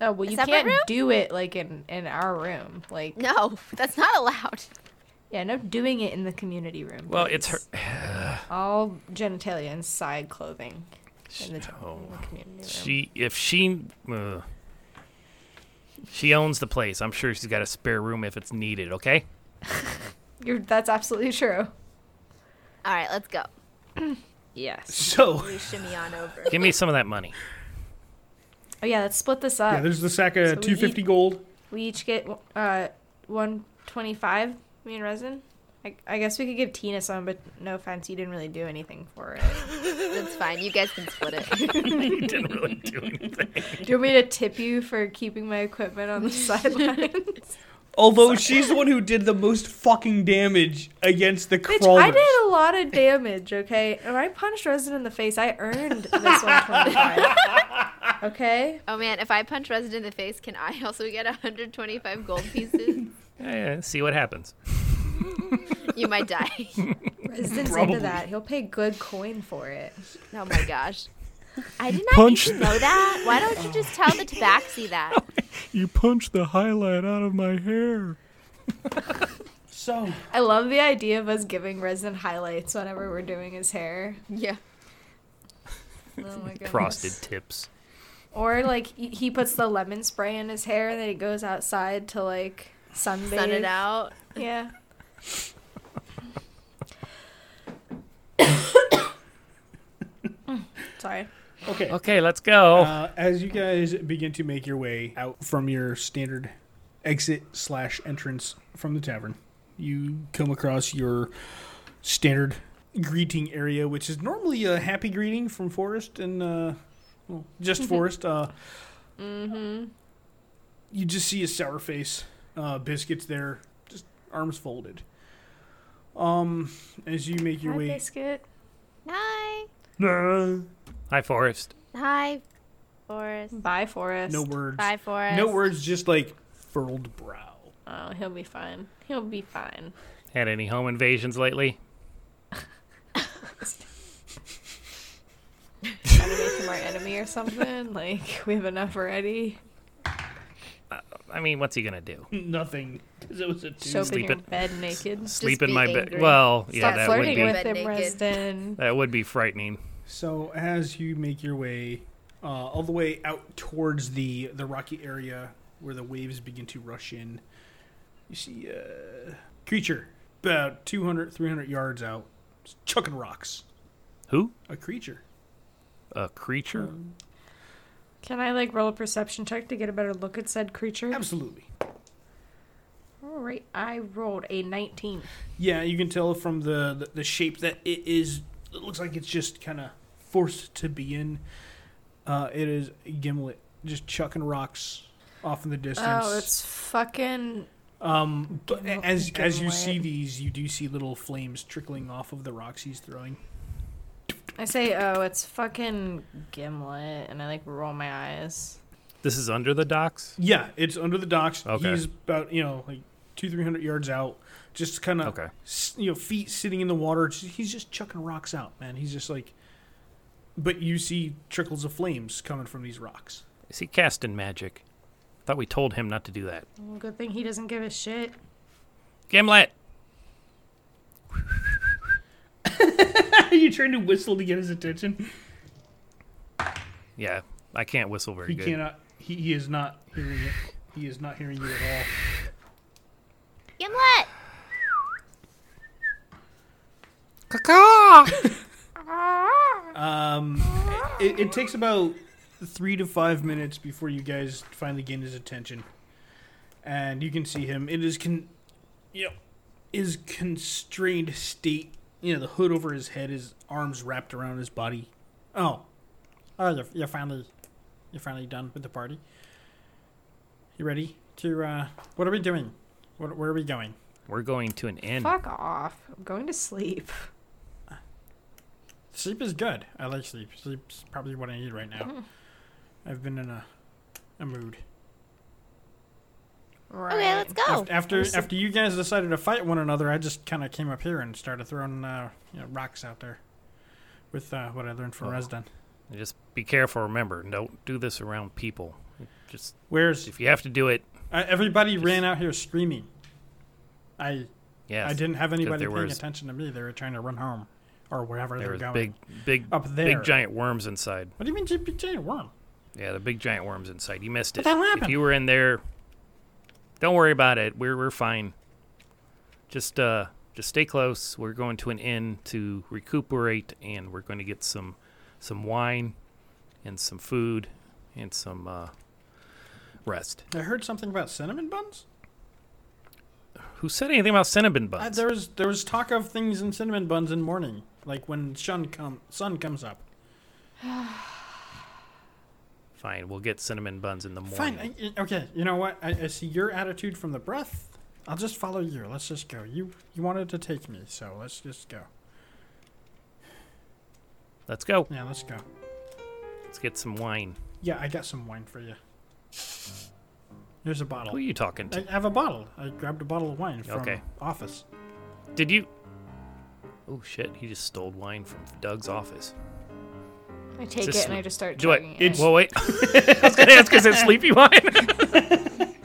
Speaker 3: Oh well, you
Speaker 4: separate
Speaker 3: can't
Speaker 4: room?
Speaker 3: do it like in in our room. Like
Speaker 4: No, that's not allowed.
Speaker 3: yeah, no doing it in the community room.
Speaker 2: Well, it's her.
Speaker 3: please. all genitalia and side clothing in the,
Speaker 2: Oh,
Speaker 3: in the community room.
Speaker 2: she if she uh, She owns the place. I'm sure she's got a spare room if it's needed, okay?
Speaker 3: You're, that's absolutely true.
Speaker 4: All right, let's go.
Speaker 3: Yes.
Speaker 1: So
Speaker 4: We shimmy on over.
Speaker 2: Give me some of that money.
Speaker 3: Oh yeah, let's split this
Speaker 1: yeah,
Speaker 3: up.
Speaker 1: there's the sack
Speaker 3: So
Speaker 1: of
Speaker 3: we
Speaker 1: two fifty
Speaker 3: eat-
Speaker 1: gold.
Speaker 3: we each get uh one twenty five. Me and Resin. I, I guess we could give Tina some, but no offense, you didn't really do anything for it.
Speaker 4: That's fine. You guys can split it.
Speaker 2: you didn't really do anything.
Speaker 3: do you want me to tip you for keeping my equipment on the sidelines?
Speaker 1: Although she's the one who did the most fucking damage against the
Speaker 3: Bitch,
Speaker 1: crawlers.
Speaker 3: I did a lot of damage, okay? And I punched Resin in the face. I earned this 125. Okay?
Speaker 4: Oh man, if I punch Resident in the face, can I also get 125 gold pieces?
Speaker 2: Yeah, yeah, see what happens.
Speaker 4: you might die.
Speaker 3: Resin's
Speaker 1: Probably.
Speaker 3: into that. He'll pay good coin for it.
Speaker 4: Oh my gosh. I did not
Speaker 2: Punch
Speaker 4: need to know that. Why don't you just tell the tabaxi that?
Speaker 2: You punched the highlight out of my hair.
Speaker 1: So
Speaker 3: I love the idea of us giving Resin highlights whenever we're doing his hair.
Speaker 4: Yeah.
Speaker 3: Oh my god.
Speaker 2: Frosted tips.
Speaker 3: Or like he- he puts the lemon spray in his hair and then he goes outside to like sunbathe.
Speaker 4: Sun it out.
Speaker 3: Yeah. Sorry.
Speaker 1: okay.
Speaker 2: Okay, let's go.
Speaker 1: Uh, as you guys begin to make your way out from your standard exit slash entrance from the tavern, you come across your standard greeting area, which is normally a happy greeting from Forrest and uh, well, just Forrest. Uh, You just see a sour face, uh, biscuits there, just arms folded. Um, as you make your
Speaker 3: Hi,
Speaker 1: way,
Speaker 3: biscuit.
Speaker 4: Hi.
Speaker 2: Hi, Forrest.
Speaker 4: Hi, Forrest.
Speaker 3: Bye, Forrest.
Speaker 1: no words,
Speaker 4: Bye, Forrest.
Speaker 1: no words, just like furrowed brow.
Speaker 3: Oh, he'll be fine. He'll be fine.
Speaker 2: Had any home invasions lately?
Speaker 3: Trying to make him our enemy or something. Like we have enough already.
Speaker 2: I mean, what's he gonna do?
Speaker 1: Nothing, because it was a two.
Speaker 3: Show up in your
Speaker 2: Sleeping-
Speaker 3: bed naked.
Speaker 2: Sleep in
Speaker 4: be
Speaker 2: my bed?
Speaker 4: angry.
Speaker 2: Well, yeah,
Speaker 3: Stop
Speaker 2: that would
Speaker 3: flirting
Speaker 2: be
Speaker 3: with
Speaker 4: Bed
Speaker 3: him,
Speaker 4: naked.
Speaker 3: Reston.
Speaker 2: that would be frightening.
Speaker 1: So as you make your way uh, all the way out towards the the rocky area where the waves begin to rush in, you see a creature about 200, 300 yards out, just chucking rocks.
Speaker 2: Who?
Speaker 1: A creature.
Speaker 2: A creature?
Speaker 3: Can I like roll a perception check to get a better look at said creature?
Speaker 1: Absolutely.
Speaker 3: All right, I rolled a 19.
Speaker 1: Yeah, you can tell from the, the, the shape that it is. It looks like it's just kind of forced to be in. Uh, it is a gimlet, just chucking rocks off in the distance.
Speaker 3: Oh, it's fucking.
Speaker 1: Um, but
Speaker 3: Getting-
Speaker 1: as
Speaker 3: getting
Speaker 1: as you
Speaker 3: wet.
Speaker 1: see these, you do see little flames trickling off of the rocks he's throwing.
Speaker 3: I say, oh, it's fucking Gimlet, and I like roll my eyes.
Speaker 2: This is under the docks.
Speaker 1: Yeah, it's under the docks.
Speaker 2: Okay.
Speaker 1: He's about you know like two three hundred yards out, just kind of
Speaker 2: Okay.
Speaker 1: you know feet sitting in the water. Just- He's just chucking rocks out, man. He's just like, but you see trickles of flames coming from these rocks.
Speaker 2: Is he casting magic? Thought we told him not to do that.
Speaker 3: Well, good thing he doesn't give a shit.
Speaker 2: Gimlet.
Speaker 1: Are you trying to whistle to get his attention?
Speaker 2: Yeah, I can't whistle very
Speaker 1: He
Speaker 2: good.
Speaker 1: cannot. He, he is not hearing it. He is not hearing you at all.
Speaker 4: Gimlet.
Speaker 1: Um, it, it takes about three to five minutes before you guys finally gain his attention, and you can see him. It is con, you know, his constrained state. You know, the hood over his head, his arms wrapped around his body. Oh, oh, you're, you're finally, you're finally done with the party. You ready to? uh What are we doing? What, where are we going?
Speaker 2: We're going to an inn.
Speaker 3: Fuck off. I'm going to sleep.
Speaker 1: Sleep is good. I like sleep. Sleep's probably what I need right now. I've been in a, a mood.
Speaker 3: Right.
Speaker 4: Okay, let's go.
Speaker 1: Af- After
Speaker 3: Awesome.
Speaker 1: after you guys decided to fight one another, I just kind of came up here and started throwing uh, you know, rocks out there with uh, what I learned from
Speaker 2: Oh.
Speaker 1: Resden.
Speaker 2: Just be careful. Remember, don't do this around people. Just
Speaker 1: Where's
Speaker 2: if you have to do it,
Speaker 1: uh, everybody ran out here screaming? I
Speaker 2: yes.
Speaker 1: I didn't have anybody
Speaker 2: there
Speaker 1: paying
Speaker 2: was-
Speaker 1: attention to me. They were trying to run home or wherever they
Speaker 2: There
Speaker 1: were
Speaker 2: was
Speaker 1: going.
Speaker 2: big, big,
Speaker 1: Up there.
Speaker 2: big giant worms inside.
Speaker 1: What do you mean, big giant worm?
Speaker 2: Yeah, the big giant worm's inside. You missed it.
Speaker 1: But that'll
Speaker 2: If
Speaker 1: happen.
Speaker 2: you were in there, don't worry about it. We're we're fine. Just uh, just stay close. We're going to an inn to recuperate, and we're going to get some some wine, and some food, and some uh, rest.
Speaker 1: I heard something about cinnamon buns.
Speaker 2: Who said anything about cinnamon
Speaker 1: Uh,
Speaker 2: buns?
Speaker 1: there was there was talk of things in cinnamon buns in morning, like when sun come sun comes up.
Speaker 2: Fine, we'll get cinnamon buns in the morning.
Speaker 1: Fine. I, I- okay. You know what? I, I see your attitude from the breath. I'll just follow you. Let's just go. You you wanted to take me, so let's just go.
Speaker 2: Let's go.
Speaker 1: Yeah, let's go.
Speaker 2: Let's get some wine.
Speaker 1: Yeah, I got some wine for you. Here's a
Speaker 2: Who
Speaker 1: bottle.
Speaker 2: are you talking
Speaker 1: I
Speaker 2: to?
Speaker 1: have a bottle. I grabbed a bottle of wine from
Speaker 2: Okay.
Speaker 1: office.
Speaker 2: Did you? Oh shit! He just stole wine from Doug's office.
Speaker 3: I take
Speaker 2: Just
Speaker 3: it and I
Speaker 2: sleep.
Speaker 3: just start
Speaker 2: Do I?
Speaker 3: chugging
Speaker 2: It, well, wait. I was gonna ask, is it sleepy wine?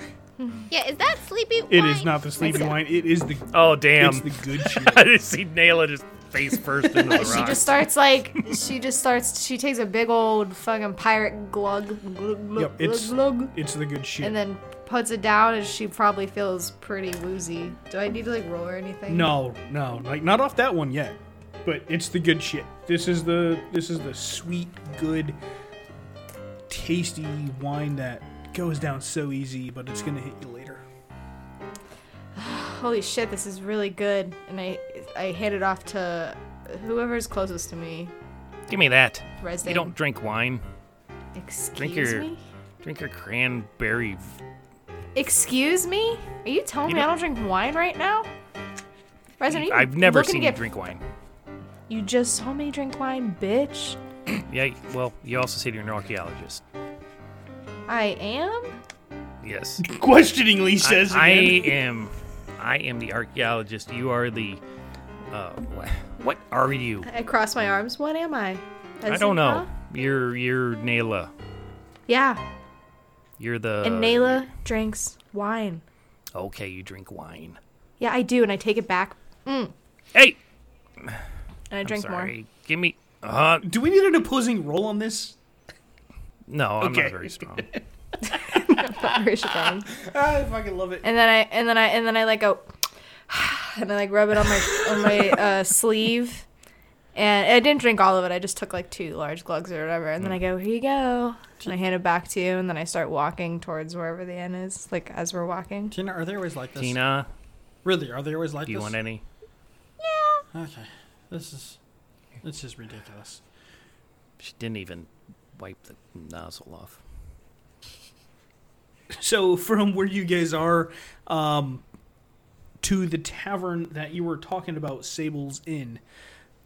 Speaker 4: Yeah, is that sleepy?
Speaker 1: It is
Speaker 4: wine?
Speaker 1: not the sleepy wine. It is the
Speaker 2: oh damn!
Speaker 1: it's the good shit.
Speaker 2: I just see Naila just face first into the
Speaker 3: She
Speaker 2: rock.
Speaker 3: just starts like she just starts. She takes a big old fucking pirate glug glug glug
Speaker 1: Yep, it's-
Speaker 3: glug, glug,
Speaker 1: It's the good shit.
Speaker 3: and then puts it down, and she probably feels pretty woozy. Do I need to like roll or anything?
Speaker 1: no, no, like not off that one yet. But it's the good shit. This is the this is the sweet, good, tasty wine that goes down so easy, but it's gonna hit you later.
Speaker 3: Holy shit, this is really good. And I I hand it off to whoever's closest to me.
Speaker 2: Give me that.
Speaker 3: Resin.
Speaker 2: You don't drink wine.
Speaker 3: Excuse
Speaker 2: drink your-
Speaker 3: me.
Speaker 2: Drink your cranberry. v-
Speaker 3: Excuse me? Are you telling
Speaker 2: You
Speaker 3: me I
Speaker 2: don't-
Speaker 3: don't drink wine right now? Resin, are you
Speaker 2: I've never
Speaker 3: looking
Speaker 2: seen
Speaker 3: to
Speaker 2: you
Speaker 3: get-
Speaker 2: drink wine.
Speaker 3: You just told me to drink wine, bitch.
Speaker 2: Yeah. Well, you also said you're an archaeologist.
Speaker 3: I am.
Speaker 2: Yes.
Speaker 1: Questioningly
Speaker 2: I, I am. I am the archaeologist. You are the. Uh, wh- what are you?
Speaker 3: I cross my arms. What am I?
Speaker 2: I
Speaker 3: As
Speaker 2: don't
Speaker 3: in,
Speaker 2: know.
Speaker 3: huh?
Speaker 2: You're you're Naila.
Speaker 3: Yeah.
Speaker 2: You're the.
Speaker 3: And Nayla drinks wine.
Speaker 2: Okay, you drink wine.
Speaker 3: Yeah, I do, and I take it back. Mm.
Speaker 2: Hey,
Speaker 3: And I
Speaker 2: I'm
Speaker 3: drink
Speaker 2: sorry.
Speaker 3: more.
Speaker 2: Give me. Uh,
Speaker 1: Do we need an opposing roll on this?
Speaker 2: no, I'm
Speaker 1: Okay.
Speaker 2: not very strong.
Speaker 3: Very strong.
Speaker 1: I fucking love it.
Speaker 3: and then I and then I and then I like go and I like rub it on my on my uh, sleeve. And I didn't drink all of it. I just took like two large glugs or whatever. And then
Speaker 2: Mm.
Speaker 3: I go, here you go. And I hand it back to you. And then I start walking towards wherever the end is, like as we're walking.
Speaker 1: Tina, are they always like this?
Speaker 2: Tina,
Speaker 1: Really, are they always like
Speaker 2: do you
Speaker 1: this?
Speaker 2: want any?
Speaker 1: Okay. This is this is ridiculous.
Speaker 2: She didn't even wipe the nozzle off.
Speaker 1: So from where you guys are, um, to the tavern that you were talking about, Sable's Inn.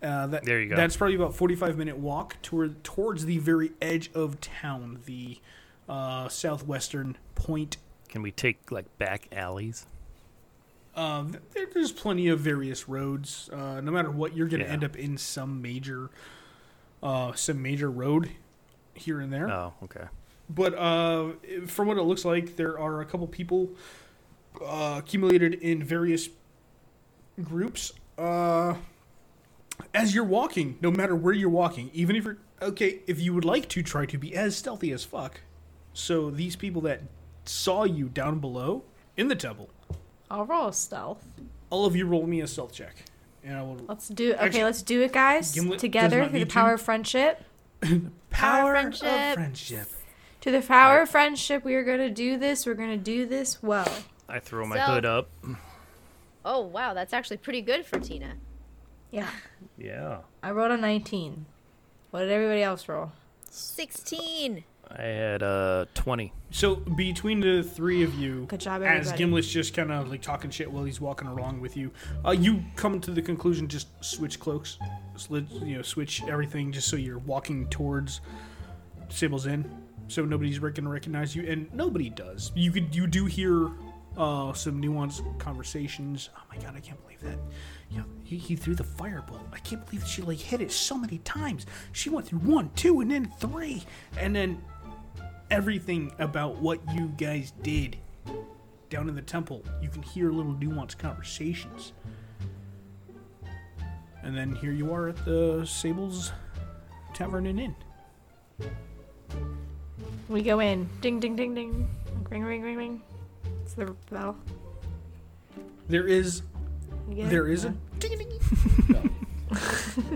Speaker 1: Uh, that,
Speaker 2: There you go.
Speaker 1: That's probably about forty-five minute walk toward towards the very edge of town, the uh, southwestern point.
Speaker 2: Can we take like back alleys?
Speaker 1: Um, there- there's plenty of various roads. Uh, no matter what, you're going to
Speaker 2: Yeah.
Speaker 1: end up in some major, uh, some major road here and there.
Speaker 2: Oh, okay.
Speaker 1: But uh, from what it looks like, there are a couple people uh, accumulated in various groups. Uh, as you're walking, no matter where you're walking, even if you're okay, if you would like to try to be as stealthy as fuck, so these people that saw you down below in the temple,
Speaker 3: I'll roll stealth.
Speaker 1: all of you roll me a stealth check, and I will
Speaker 3: Let's do it. Okay,
Speaker 1: Actually,
Speaker 3: let's do it, guys.
Speaker 1: Gimlet does
Speaker 3: Together
Speaker 1: not
Speaker 3: through the
Speaker 1: need
Speaker 3: power
Speaker 1: to.
Speaker 3: of friendship.
Speaker 4: Power
Speaker 1: of
Speaker 4: friendship.
Speaker 1: friendship.
Speaker 3: To the power of friendship, we are going to do this. We're going to do this well.
Speaker 2: I throw my
Speaker 4: So-
Speaker 2: hood up.
Speaker 4: Oh wow, that's actually pretty good for Tina.
Speaker 3: Yeah.
Speaker 2: Yeah.
Speaker 3: I rolled a 19. What did everybody else roll?
Speaker 4: Sixteen.
Speaker 2: I had uh twenty.
Speaker 1: So between the three of you,
Speaker 3: Good job,
Speaker 1: as
Speaker 3: everybody.
Speaker 1: Gimlet's just kind of like talking shit while he's walking along with you, uh, you come to the conclusion just switch cloaks, slid, you know, switch everything just so you're walking towards Sibyl's Inn, so nobody's going to recognize you, and nobody does. You could you do hear uh, some nuanced conversations. Oh my god, I can't believe that. You know, he, he threw the fireball. I can't believe that she like hit it so many times. She went through one, two, and then three, and then everything about what you guys did down in the temple. You can hear little nuanced conversations. And then here you are at the Sable's Tavern and Inn.
Speaker 3: We go in. Ding, ding, ding, ding. Ring, ring, ring, ring. It's the bell.
Speaker 5: There is
Speaker 3: You get it?
Speaker 5: there is a
Speaker 3: Uh,
Speaker 5: ding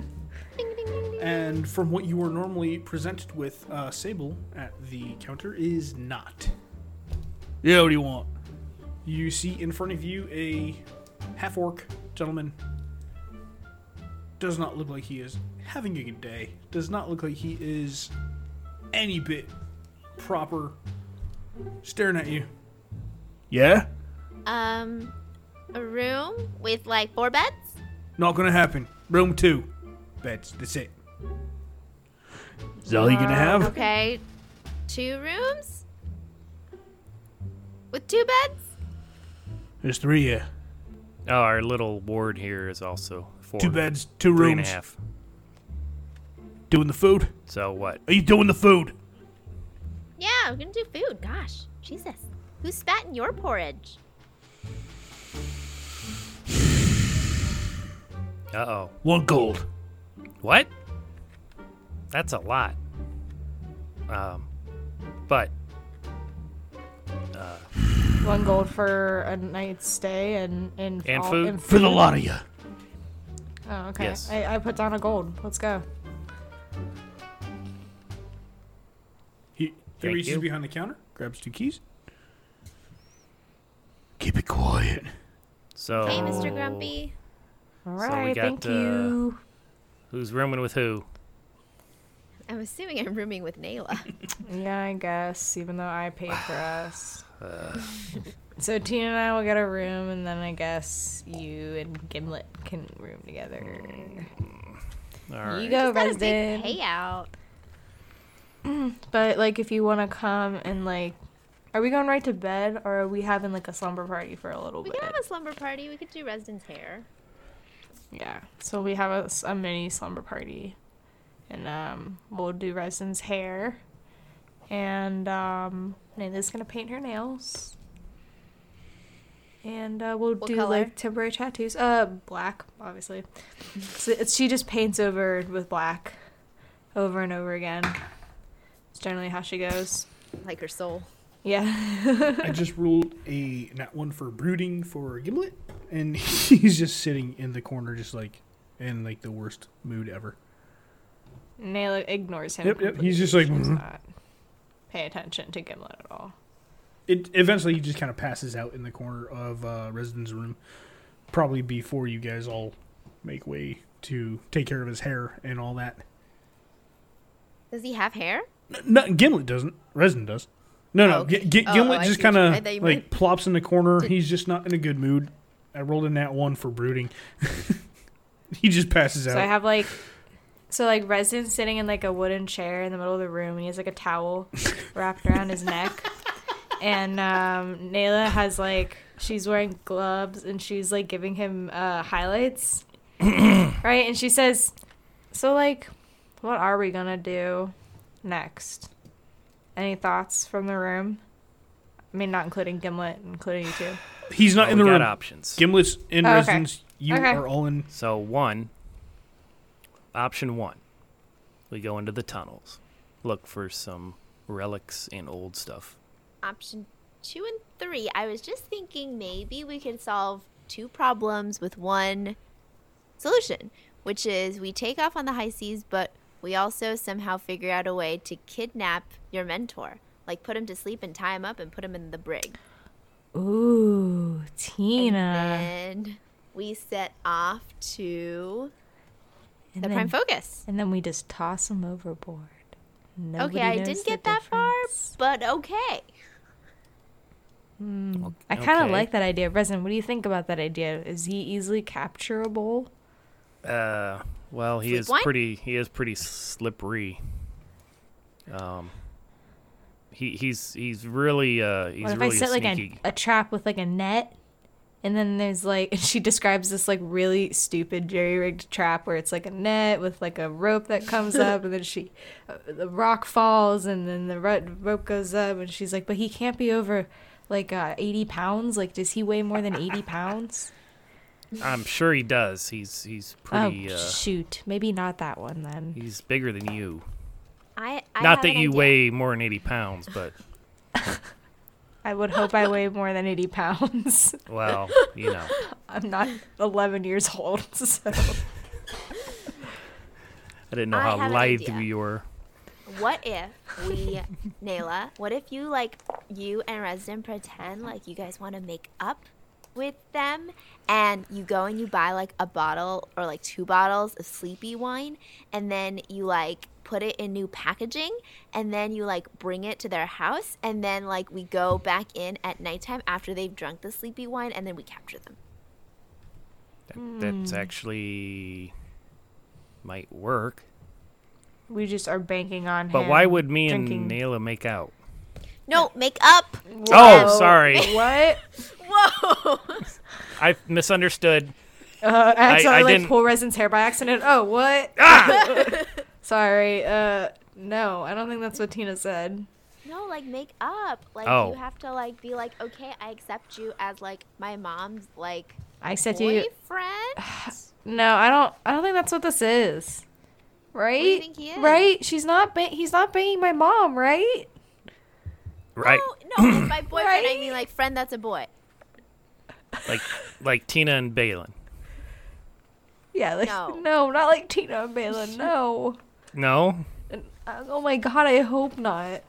Speaker 5: ding ding. And from what you were normally presented with, uh, Sable at the counter is not. Yeah, what do you want? You see in front of you a half orc gentleman. Does not look like he is having a good day. Does not look like he is any bit proper. Staring at you. Yeah?
Speaker 4: Um, a room with like four beds.
Speaker 5: Not gonna happen. Room two. Beds. That's it. Is that all you're gonna have?
Speaker 4: Okay, two rooms with two beds.
Speaker 5: There's three here.
Speaker 2: Oh, our little ward here is also four.
Speaker 5: Two beds, two rooms.
Speaker 2: Three and a half.
Speaker 5: Doing the food?
Speaker 2: So what?
Speaker 5: Are you doing the food?
Speaker 4: Yeah, we're gonna do food. Gosh, Jesus, who spat in your porridge?
Speaker 2: Uh oh.
Speaker 5: One gold.
Speaker 2: What? That's a lot. Um, but
Speaker 3: One gold for a night's stay and and,
Speaker 2: And
Speaker 3: all-
Speaker 2: food?
Speaker 5: For the lot of you.
Speaker 3: Oh, okay.
Speaker 2: Yes.
Speaker 3: I, I put down a gold. Let's go.
Speaker 5: He, he
Speaker 2: Thank
Speaker 5: reaches
Speaker 2: you.
Speaker 5: behind the counter, grabs two keys. Keep it quiet.
Speaker 2: so.
Speaker 4: Hey, Mr. Grumpy.
Speaker 3: All
Speaker 2: So we
Speaker 3: right.
Speaker 2: got,
Speaker 3: thank
Speaker 2: uh,
Speaker 3: you.
Speaker 2: Who's rooming with who?
Speaker 4: I'm assuming I'm rooming with Nayla.
Speaker 3: Yeah, I guess. Even though I paid for us.
Speaker 2: Uh.
Speaker 3: so Tina and I will get a room, and then I guess you and Gimlet can room together.
Speaker 2: Mm-hmm. All right.
Speaker 3: You go,
Speaker 4: She's got a big
Speaker 3: Resident.
Speaker 4: payout.
Speaker 3: But like, if you want to come and like, are we going right to bed, or are we having like a slumber party for a little
Speaker 4: We
Speaker 3: bit?
Speaker 4: could have a slumber party. We could do Resident's hair.
Speaker 3: Yeah. So we have a s- a, mini slumber party, and um, we'll do Resin's hair, and um, Nayla's gonna paint her nails, and uh, we'll
Speaker 4: What
Speaker 3: do
Speaker 4: color?
Speaker 3: like temporary tattoos. Uh, black, obviously. so it's, she just paints over with black, over and over again. It's generally how she goes.
Speaker 4: Like her soul.
Speaker 3: Yeah.
Speaker 5: I just rolled a not one for brooding for Gimlet, and he's just sitting in the corner, just like in like the worst mood ever.
Speaker 3: Nayla ignores him.
Speaker 5: Yep, yep,
Speaker 3: completely.
Speaker 5: he's just like,
Speaker 3: She does
Speaker 5: "Mhm."
Speaker 3: not pay attention to Gimlet at all.
Speaker 5: It eventually he just kind of passes out in the corner of uh, Resident's room, probably before you guys all make way to take care of his hair and all that.
Speaker 4: Does he have hair?
Speaker 5: No, Gimlet doesn't. Resin does. No, no.
Speaker 4: Oh, okay.
Speaker 5: G- G-
Speaker 4: Oh, oh,
Speaker 5: Gimlet
Speaker 4: I
Speaker 5: just
Speaker 4: see what
Speaker 5: kind
Speaker 4: you- I
Speaker 5: of
Speaker 4: thought you
Speaker 5: like
Speaker 4: meant-
Speaker 5: plops in the corner. He's just not in a good mood. I rolled in that one for brooding. he just passes out.
Speaker 3: So I have like, so like Resin's sitting in like a wooden chair in the middle of the room, and he has like a towel wrapped around his neck. And um, Nayla has like she's wearing gloves and she's like giving him uh, highlights, right? And she says, "So like, what are we gonna do next? Any thoughts from the room? I mean, not including Gimlet, including you two.
Speaker 5: He's not
Speaker 2: Well,
Speaker 5: in the
Speaker 2: Oh, we
Speaker 5: room.
Speaker 2: got options.
Speaker 5: Gimlet's in
Speaker 3: Oh, okay.
Speaker 5: Resin's. You
Speaker 3: Okay.
Speaker 5: are all in.
Speaker 2: So one, option one, we go into the tunnels, look for some relics and old stuff.
Speaker 4: Option two and three. I was just thinking maybe we could solve two problems with one solution, which is we take off on the high seas, but we also somehow figure out a way to kidnap your mentor. Like put him to sleep and tie him up and put him in the brig.
Speaker 3: Ooh, Tina.
Speaker 4: And we set off to the prime focus.
Speaker 3: And then we just toss them overboard. Nobody
Speaker 4: Okay, I
Speaker 3: knows
Speaker 4: didn't
Speaker 3: the
Speaker 4: get that
Speaker 3: difference.
Speaker 4: far, but okay.
Speaker 3: I kind of
Speaker 2: Okay.
Speaker 3: like that idea. Resin, what do you think about that idea? Is he easily capturable?
Speaker 2: Uh, well, he
Speaker 4: Sleep
Speaker 2: is
Speaker 4: wine?
Speaker 2: pretty. He is pretty slippery. Um, he he's he's really uh he's
Speaker 3: What if
Speaker 2: really
Speaker 3: I set like a,
Speaker 2: sneaky.
Speaker 3: a trap with like a net? And then there's like she describes this like really stupid jerry rigged trap where it's like a net with like a rope that comes up and then she uh, the rock falls and then the ro- rope goes up and she's like but he can't be over like uh, 80 pounds like does he weigh more than 80 pounds
Speaker 2: I'm sure he does. He's he's pretty.
Speaker 3: oh
Speaker 2: uh,
Speaker 3: shoot maybe not that one then
Speaker 2: he's bigger than you.
Speaker 4: I, I
Speaker 2: Not
Speaker 4: have
Speaker 2: that
Speaker 4: an
Speaker 2: you
Speaker 4: idea.
Speaker 2: weigh more than 80 pounds, but,
Speaker 3: I would hope I weigh more than 80 pounds.
Speaker 2: well, you know.
Speaker 3: I'm not 11 years old, so.
Speaker 2: I didn't know
Speaker 4: I have
Speaker 2: how
Speaker 4: an
Speaker 2: lithe
Speaker 4: idea.
Speaker 2: you were.
Speaker 4: What if we, Nayla? What if you like you and Resident pretend like you guys want to make up with them, and you go and you buy like a bottle or like two bottles of sleepy wine, and then you like put it in new packaging, and then you like bring it to their house, and then like we go back in at nighttime after they've drunk the sleepy wine, and then we capture them.
Speaker 2: That,
Speaker 4: Hmm.
Speaker 2: That's actually might work.
Speaker 3: We just are banking on
Speaker 2: But
Speaker 3: him
Speaker 2: why would me and
Speaker 3: drinking-
Speaker 2: Nayla make out?
Speaker 4: No, make up.
Speaker 2: Oh, sorry.
Speaker 3: What?
Speaker 4: Whoa.
Speaker 2: I misunderstood.
Speaker 3: Uh, I accidentally like
Speaker 2: didn't- Ah!
Speaker 3: pull Resin's hair by accident. Oh, what? sorry. Uh, no, I don't think that's what Tina said.
Speaker 4: No, like make up. Like
Speaker 2: Oh.
Speaker 4: you have to like be like, okay, I accept you as like my mom's like
Speaker 3: I said
Speaker 4: boyfriend.
Speaker 3: you. No, I don't. I don't think that's what this is. Right?
Speaker 4: think he is?
Speaker 3: Right? She's not. Ba- he's not banging my mom, right?
Speaker 2: Right.
Speaker 4: No, no, by boyfriend I
Speaker 3: Right?
Speaker 4: mean like friend that's a boy.
Speaker 2: Like like Tina and Balin.
Speaker 3: Yeah. Like,
Speaker 4: No.
Speaker 3: no. not like Tina and Balin. No.
Speaker 2: No?
Speaker 3: And, uh, oh my god, I hope not.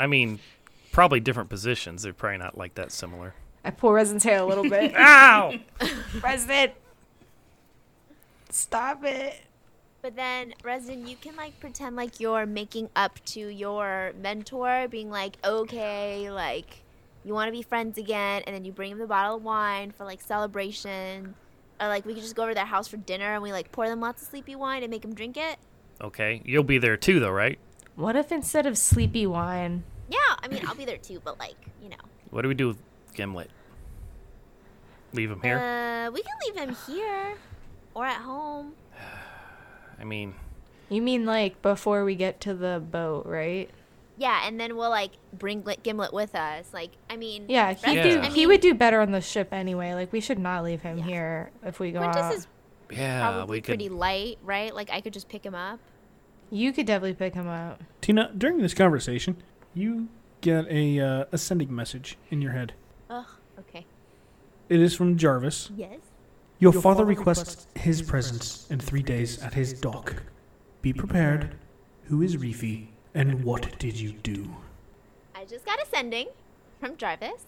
Speaker 2: I mean, probably different positions. They're probably not like that similar.
Speaker 3: I pull Resin's hair a little bit.
Speaker 2: Ow!
Speaker 3: Resin, stop it.
Speaker 4: But then Resin, you can like pretend like you're making up to your mentor, being like, okay, like you want to be friends again, and then you bring him the bottle of wine for like celebration, or like we could just go over to their house for dinner and we like pour them lots of sleepy wine and make them drink it.
Speaker 2: okay. You'll be there too though, right?
Speaker 3: What if instead of sleepy wine,
Speaker 4: Yeah, I mean I'll be there too, but like you know.
Speaker 2: What do we do with Gimlet? Leave him here?
Speaker 4: Uh, we can leave him here or at home. Uh,
Speaker 2: I mean,
Speaker 3: you mean like before we get to the boat, right?
Speaker 4: Yeah, and then we'll like bring Gl- Gimlet with us. Like, I mean,
Speaker 3: Yeah, he
Speaker 2: Yeah.
Speaker 4: Ren-
Speaker 3: do.
Speaker 4: I
Speaker 3: He
Speaker 4: mean,
Speaker 3: would do better on the ship anyway. Like we should not leave him
Speaker 4: Yeah.
Speaker 3: here if we go out.
Speaker 4: Quintus is
Speaker 2: yeah,
Speaker 4: probably
Speaker 2: we could
Speaker 4: pretty light, right? Like, I could just pick him up.
Speaker 3: You could definitely pick him up.
Speaker 1: Tina, during this conversation, you get a uh, ascending message in your head.
Speaker 4: Ugh. Okay.
Speaker 1: It is from Jarvis.
Speaker 4: Yes.
Speaker 1: Your father requests his presence in three days at his dock. Be prepared. Who is Reefy, and what did you do?
Speaker 4: I just got a sending from Jarvis.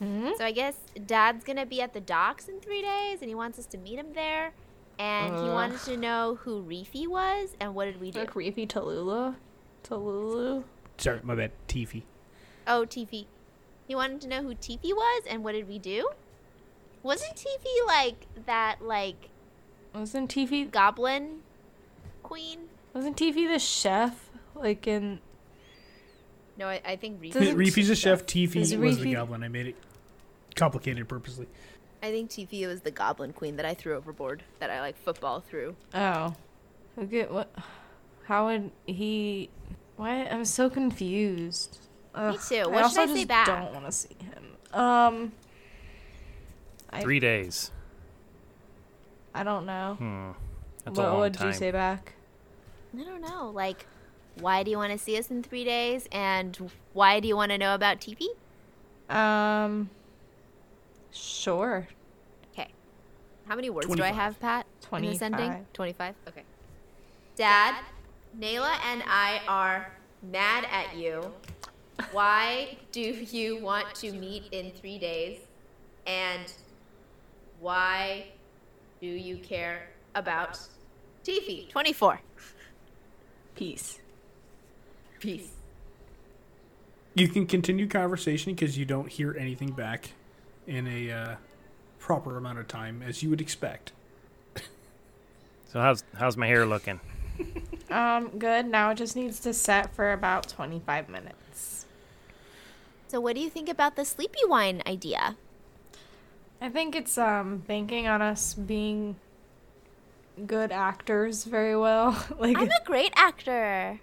Speaker 4: So I guess Dad's gonna be at the docks in three days, and he wants us to meet him there. And he wanted to know who Reefy was and what did we do.
Speaker 3: creepy Tallulah. Tallulah.
Speaker 1: Sorry, my bad. Teefy.
Speaker 4: Oh, Teefy. He wanted to know who Teefy was and what did we do? Wasn't Teefy like that like
Speaker 3: Wasn't Tiffy?
Speaker 4: goblin queen?
Speaker 3: Wasn't Tiffy the chef? Like in
Speaker 4: No, I, I think Reefy.
Speaker 3: Doesn't-
Speaker 1: Reefy's a chef. Teefy was
Speaker 3: Is
Speaker 1: the
Speaker 3: Reefy-
Speaker 1: goblin. I made it complicated purposely.
Speaker 4: I think Teefy was the goblin queen that I threw overboard, that I like football through.
Speaker 3: oh, okay. What? How would he? Why? I'm so confused. Ugh,
Speaker 4: too. What should
Speaker 3: also
Speaker 4: I say
Speaker 3: just
Speaker 4: back?
Speaker 3: Don't want to see him. Um,
Speaker 2: three days.
Speaker 3: I don't know.
Speaker 2: Hmm. That's a
Speaker 3: what
Speaker 2: long
Speaker 3: would
Speaker 2: time.
Speaker 3: you say back?
Speaker 4: I don't know. Like, why do you want to see us in three days? And why do you want to know about Teefy?
Speaker 3: Um, sure.
Speaker 4: Okay. How many words do
Speaker 1: 25.
Speaker 4: I have, Pat? in this ending?
Speaker 3: 25.
Speaker 4: 25? Okay. Dad, Nayla and I are mad at you. Why do you want to meet in three days? And why do you care about Tiffy? 24.
Speaker 3: Peace.
Speaker 4: Peace.
Speaker 1: You can continue conversation because you don't hear anything back in a uh, proper amount of time, as you would expect.
Speaker 2: So how's how's my hair looking?
Speaker 3: Um, good. Now it just needs to set for about 25 minutes.
Speaker 4: So, what do you think about the sleepy wine idea?
Speaker 3: I think it's um banking on us being good actors very well. like
Speaker 4: I'm a great actor.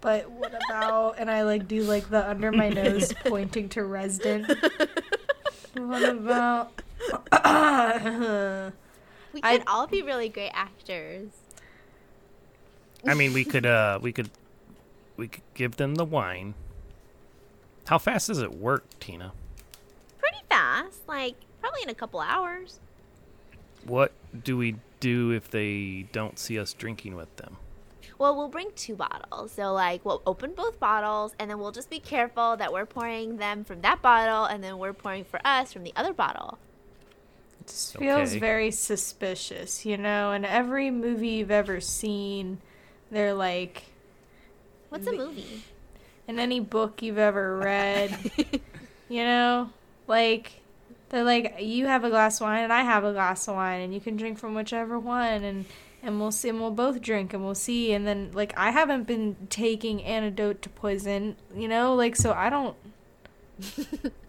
Speaker 3: but what about and I like do like the under my nose pointing to Resden. what about
Speaker 4: We
Speaker 3: I-
Speaker 4: could all be really great actors.
Speaker 2: I mean, we could uh we could we could give them the wine. How fast does it work, Tina?
Speaker 4: Pretty fast, like probably in a couple hours.
Speaker 2: What do we do if they don't see us drinking with them?
Speaker 4: Well, we'll bring two bottles. So, like, we'll open both bottles, and then we'll just be careful that we're pouring them from that bottle, and then we're pouring for us from the other bottle.
Speaker 3: It just feels
Speaker 2: Okay.
Speaker 3: very suspicious, you know. In every movie you've ever seen, they're like,
Speaker 4: What's a movie?
Speaker 3: in any book you've ever read, you know, like they're like, you have a glass of wine and I have a glass of wine, and you can drink from whichever one, and and we'll see, and we'll both drink, and we'll see, and then like I haven't been taking antidote to poison, you know, like so I don't.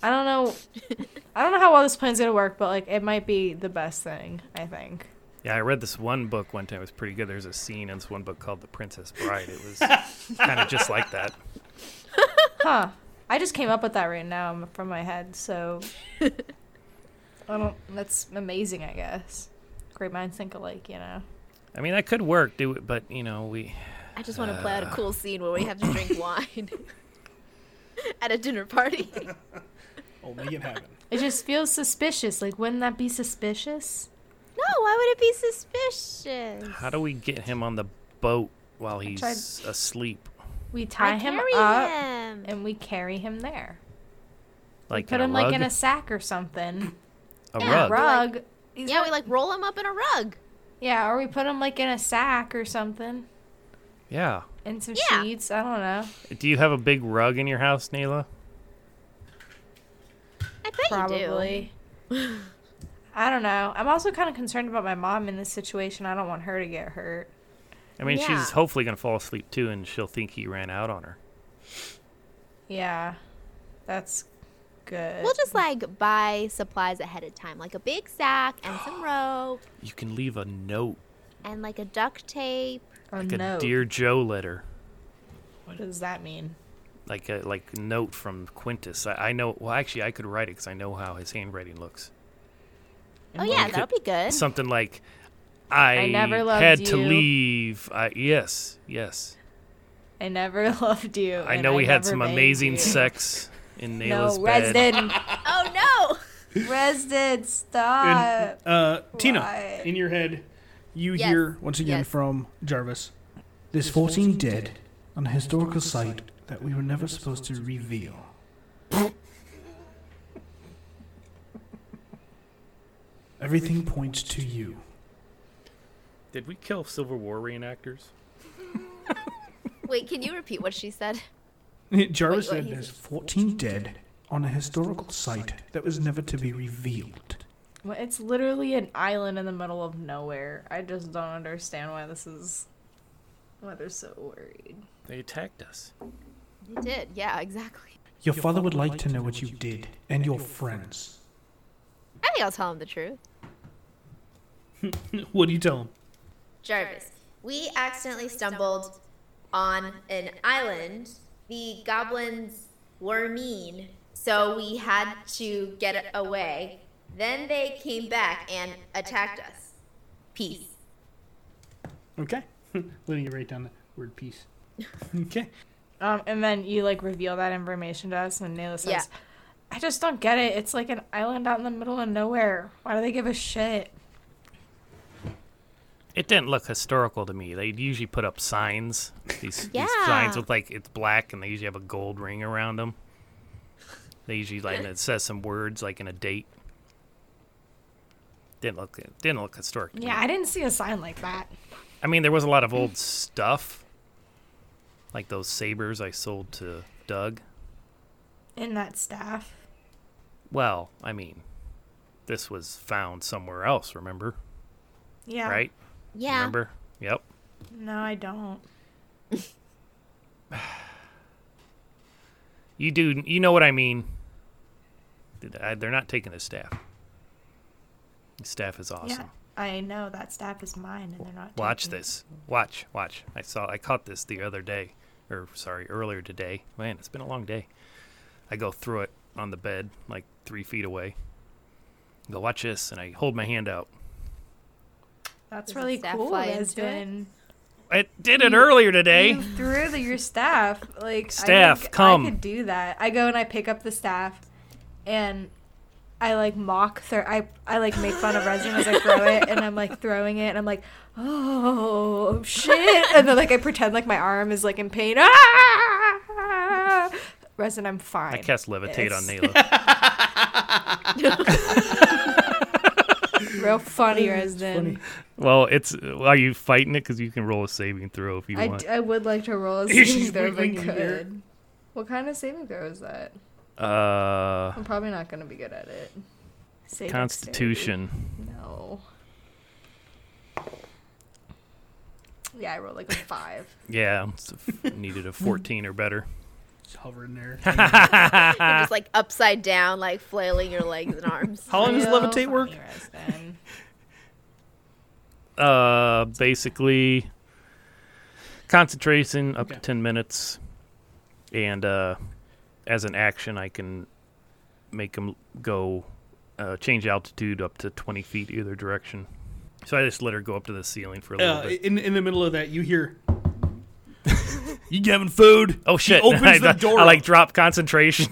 Speaker 3: I don't know. I don't know how well this plan's gonna work, but like it might be the best thing. I think.
Speaker 2: Yeah, I read this one book one time. It was pretty good. There's a scene in this one book called The Princess Bride. It was kind of just like that.
Speaker 3: Huh. I just came up with that right now from my head, so I don't that's amazing, I guess. Great minds think alike, you know.
Speaker 2: I mean, that could work, do it, but you know, we
Speaker 4: I just want to play
Speaker 3: Uh.
Speaker 4: out a cool scene where we have to drink wine at a dinner party.
Speaker 1: I'll Oh, make it happen.
Speaker 3: It just feels suspicious. Like wouldn't that be suspicious?
Speaker 4: no, why would it be suspicious?
Speaker 2: how do we get him on the boat while he's
Speaker 3: tried-
Speaker 2: asleep?
Speaker 3: We tie
Speaker 4: I
Speaker 3: him
Speaker 4: carry
Speaker 3: up
Speaker 4: him.
Speaker 3: and we carry him there.
Speaker 2: Like
Speaker 3: Put
Speaker 2: in a
Speaker 3: him
Speaker 2: rug?
Speaker 3: like in a sack or something.
Speaker 2: a
Speaker 4: yeah,
Speaker 2: rug.
Speaker 3: Rug. He's
Speaker 4: Yeah,
Speaker 3: not-
Speaker 4: we like roll him up in a rug.
Speaker 3: Yeah, or we put him like in a sack or something.
Speaker 2: Yeah.
Speaker 3: And some
Speaker 4: Yeah.
Speaker 3: sheets. I don't know.
Speaker 2: Do you have a big rug in your house, Nayla?
Speaker 4: I bet you
Speaker 3: Probably. I don't know. I'm also kind of concerned about my mom in this situation. I don't want her to get hurt.
Speaker 2: I mean,
Speaker 4: Yeah.
Speaker 2: she's hopefully gonna fall asleep too, and she'll think he ran out on her.
Speaker 3: Yeah, that's good.
Speaker 4: do. We'll just like buy supplies ahead of time, like a big sack and some rope
Speaker 2: You can leave a note,
Speaker 4: and like a duct tape.
Speaker 3: or
Speaker 2: like
Speaker 3: note.
Speaker 2: a dear Joe letter,
Speaker 3: What does that mean?
Speaker 2: like a like a note from Quintus. I, I know. Well, actually, I could write it because I know how his handwriting looks.
Speaker 4: Oh yeah,
Speaker 2: could-
Speaker 4: that'll be good.
Speaker 2: Something like, I,
Speaker 3: never loved
Speaker 2: had to
Speaker 3: you."
Speaker 2: leave. I, yes, yes.
Speaker 3: I never loved you.
Speaker 2: I know we had some amazing sex in Nayla's
Speaker 3: No,
Speaker 2: bed.
Speaker 3: Resden,
Speaker 4: Oh
Speaker 3: Resden,
Speaker 1: And,
Speaker 3: stop.
Speaker 1: uh, Tina,
Speaker 3: why?
Speaker 1: in your head, you
Speaker 4: Yes.
Speaker 1: hear once again
Speaker 4: Yes.
Speaker 1: from Jarvis. There's 14 dead on a historical site that we were never supposed to reveal. Everything points to you.
Speaker 2: Did we kill Civil War reenactors?
Speaker 4: no! Wait, can you repeat what she said?
Speaker 1: Jarvis
Speaker 4: Wait,
Speaker 1: said
Speaker 4: what he
Speaker 1: there's
Speaker 4: said.
Speaker 1: 14 dead on a historical site that was never to be revealed.
Speaker 3: Well, It's literally an island in the middle of nowhere. I just don't understand why this is. Why they're so worried.
Speaker 2: They attacked us.
Speaker 4: They did. Yeah, exactly.
Speaker 1: Your father would like to know what you did and your friends.
Speaker 4: I think I'll tell him the truth.
Speaker 1: What do you tell him?
Speaker 4: Jarvis, we accidentally stumbled on an island. The goblins were mean, so we had to get away. Then they came back and attacked us. Peace.
Speaker 1: Okay. Letting you write down the word peace. Okay.
Speaker 3: Um, and then you like reveal that information to us, and Nayla says,
Speaker 4: Yeah.
Speaker 3: "I just don't get it. It's like an island out in the middle of nowhere. Why do they give a shit?"
Speaker 2: It didn't look historical to me. They usually put up signs, these, these signs
Speaker 4: Yeah.
Speaker 2: with like it's black, and they usually have a gold ring around them. They usually like and it says some words like in a date. Didn't look didn't look historic. to me.
Speaker 3: Yeah, I didn't see a sign like that.
Speaker 2: I mean, there was a lot of old stuff, like those sabers I sold to Doug.
Speaker 3: in that staff.
Speaker 2: Well, I mean, this was found somewhere else. Remember,
Speaker 3: Yeah.
Speaker 2: right?
Speaker 4: Yeah.
Speaker 2: Remember? Yep.
Speaker 3: No, I don't.
Speaker 2: You do. You know what I mean. Th- I- They're not taking the staff. The staff is awesome.
Speaker 3: Yeah. I know that staff is mine and they're not
Speaker 2: Watch
Speaker 3: taking it.
Speaker 2: this. Watch. Watch. I saw. I caught this the other day, or sorry, earlier today. Man, it's been a long day. I go through it on the bed, like three feet away. Go watch this, and I hold my hand out.
Speaker 3: That's
Speaker 4: Does the
Speaker 3: really
Speaker 4: staff
Speaker 3: cool,
Speaker 4: fly into it?
Speaker 3: Esben.
Speaker 2: I did it earlier today.
Speaker 3: You threw the, your staff. Like I
Speaker 2: Staff,
Speaker 3: think
Speaker 2: come.
Speaker 3: I could do that. I go and I pick up the staff, and I like mock. Thir- I I like make fun of resin as I throw it, and I'm like throwing it, and I'm like, oh shit, and then like I pretend like my arm is like in pain. Ah! Resin, I'm fine.
Speaker 2: I cast levitate on
Speaker 3: It's
Speaker 2: Nayla.
Speaker 3: Real funny, resin.
Speaker 2: well, it's are you fighting it because you can roll a saving throw if you
Speaker 3: I,
Speaker 2: want.
Speaker 3: d- I would like to roll a
Speaker 1: She's
Speaker 3: saving throw if I
Speaker 1: wiggling in the air.
Speaker 3: could. What kind of saving throw is that?
Speaker 2: uh,
Speaker 3: I'm probably not going to be good at it. Say
Speaker 2: Constitution.
Speaker 3: dexterity. No. Yeah, I rolled like a five.
Speaker 2: Yeah, I'm s- needed a fourteen or better.
Speaker 1: Just hovering there.
Speaker 4: You're just like upside down, like flailing your legs and arms.
Speaker 1: How long does
Speaker 3: Real
Speaker 1: levitate work?
Speaker 3: funny, Resin.
Speaker 2: Uh, basically, concentration up to
Speaker 1: Okay.
Speaker 2: ten minutes, and uh, as an action, I can make them go uh, change altitude up to twenty feet either direction. So I just let her go up to the ceiling for a little
Speaker 1: Uh,
Speaker 2: bit.
Speaker 1: in in the middle of that, you hear. you having food?
Speaker 2: Oh shit!
Speaker 1: He opens
Speaker 2: I,
Speaker 1: the door.
Speaker 2: I like drop concentration.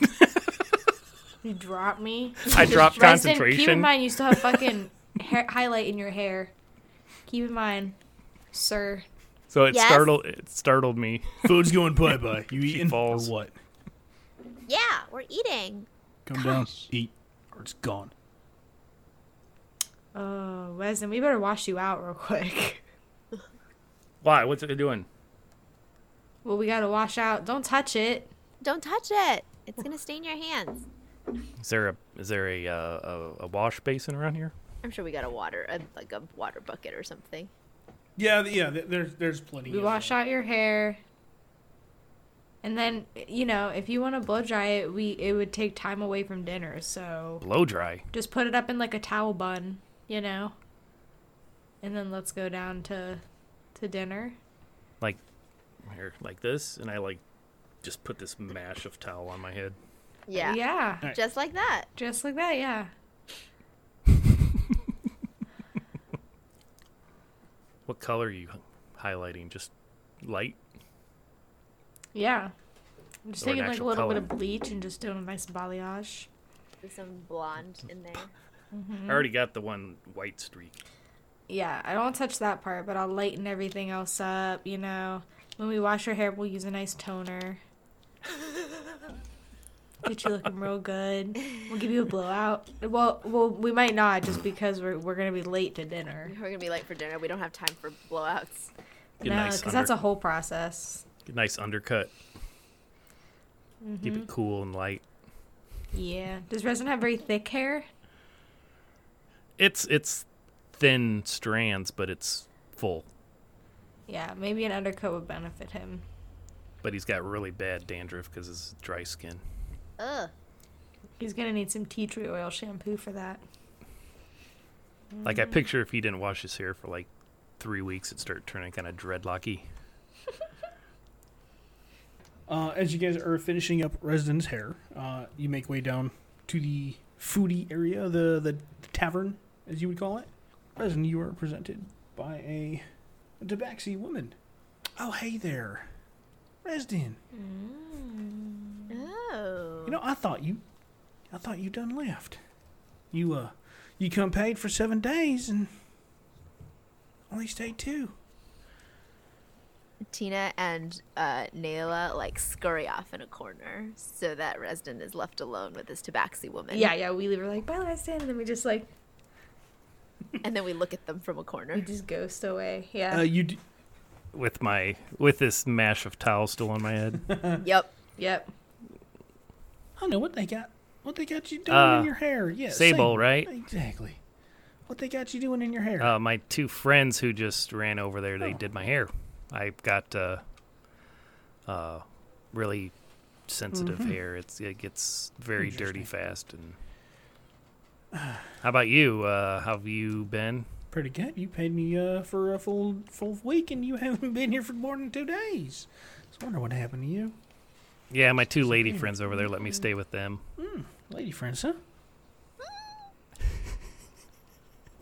Speaker 3: You drop me.
Speaker 2: I drop
Speaker 3: Resin, Keep in
Speaker 2: concentration.
Speaker 3: mind, you still have fucking hair- highlight in your hair. Keep in mind, sir.
Speaker 2: So it
Speaker 4: Yes.
Speaker 2: startled it startled me.
Speaker 1: Food's going bye bye. You eating
Speaker 2: falls.
Speaker 1: or what?
Speaker 4: Yeah, we're eating.
Speaker 1: Come down, eat, or it's gone.
Speaker 3: Oh, Resin, we better wash you out real quick.
Speaker 2: Why? What's it doing?
Speaker 3: Well, we gotta wash out. Don't touch it.
Speaker 4: Don't touch it. It's gonna stain your hands.
Speaker 2: Is there a is there a uh, a, a wash basin around here?
Speaker 4: I'm sure we got a water, a, like a water bucket or something.
Speaker 1: Yeah, th- yeah. th- There's there's plenty.
Speaker 3: We
Speaker 1: of,
Speaker 3: wash
Speaker 1: uh,
Speaker 3: out your hair. And then, you know, if you want to blow dry it, we it would take time away from dinner, so
Speaker 2: Blow dry.
Speaker 3: just put it up in like a towel bun, you know. And then let's go down to to dinner.
Speaker 2: Like here, like this, and I like just put this mash of towel on my head.
Speaker 4: Yeah,
Speaker 3: Yeah.
Speaker 1: Alright.
Speaker 4: just like that.
Speaker 3: Just like that, yeah.
Speaker 2: What color are you highlighting? Just light.
Speaker 3: Yeah. I'm just
Speaker 2: Or an
Speaker 3: taking like a
Speaker 2: actual
Speaker 3: little bit
Speaker 2: color.
Speaker 3: of bleach and just doing a nice balayage.
Speaker 4: With some blonde in there.
Speaker 2: I already got the one white streak.
Speaker 3: Yeah, I don't touch that part, but I'll lighten everything else up, you know. When we wash our hair, we'll use a nice toner. Get you looking real good. We'll give you a blowout. Well, well, we might not just because we're we're gonna be late to dinner.
Speaker 4: We're gonna be late for dinner. We don't have time for blowouts.
Speaker 2: Get
Speaker 3: no,
Speaker 2: nice
Speaker 3: because that's a
Speaker 2: under-
Speaker 3: whole process.
Speaker 2: get nice undercut.
Speaker 3: Mm-hmm.
Speaker 2: Keep it cool and light.
Speaker 3: Yeah. Does Resin have very thick hair?
Speaker 2: It's it's thin strands, but it's full.
Speaker 3: Yeah, maybe an undercoat would benefit him.
Speaker 2: But he's got really bad dandruff because his dry skin.
Speaker 4: Ugh.
Speaker 3: He's gonna need some tea tree oil shampoo for that.
Speaker 2: Like
Speaker 3: Mm.
Speaker 2: I picture if he didn't wash his hair for like three weeks, it'd start turning kind of dreadlocky.
Speaker 1: Uh, as you guys are finishing up Resident's hair, uh, you make way down to the foodie area, the, the, the tavern, as you would call it. Resident, you are presented by a, a Tabaxi woman. Oh, hey there. Resident,
Speaker 4: Oh.
Speaker 1: you know, I thought you, I thought you done left. You, uh, you come paid for seven days and only stayed two.
Speaker 4: Tina and uh, Nayla like scurry off in a corner so that Resden is left alone with this tabaxi woman.
Speaker 3: Yeah, yeah. We were like, bye, last day, and then we just like
Speaker 4: And then we look at them from a
Speaker 3: we
Speaker 4: corner.
Speaker 3: just ghost away. Yeah.
Speaker 1: Uh, you, d-
Speaker 2: with my with this mash of towel still on my head.
Speaker 4: yep.
Speaker 3: yep.
Speaker 1: I don't know what they got, what they got you doing
Speaker 2: Uh,
Speaker 1: in your hair. Yeah, same.
Speaker 2: Sable, right?
Speaker 1: Exactly. What they got you doing in your hair?
Speaker 2: Uh, my two friends who just ran over there, they
Speaker 1: Oh.
Speaker 2: did my hair. I got uh, uh, really sensitive hair. It's it gets very dirty
Speaker 1: Mm-hmm. Interesting.
Speaker 2: fast. And how about you? Uh, how have you been?
Speaker 1: Pretty good. You paid me uh, for a full full week, and you haven't been here for more than two days. I was wondering what happened to you,
Speaker 2: Yeah, my two lady friends over there
Speaker 1: Mm-hmm.
Speaker 2: let me stay with them.
Speaker 1: lady friends, huh?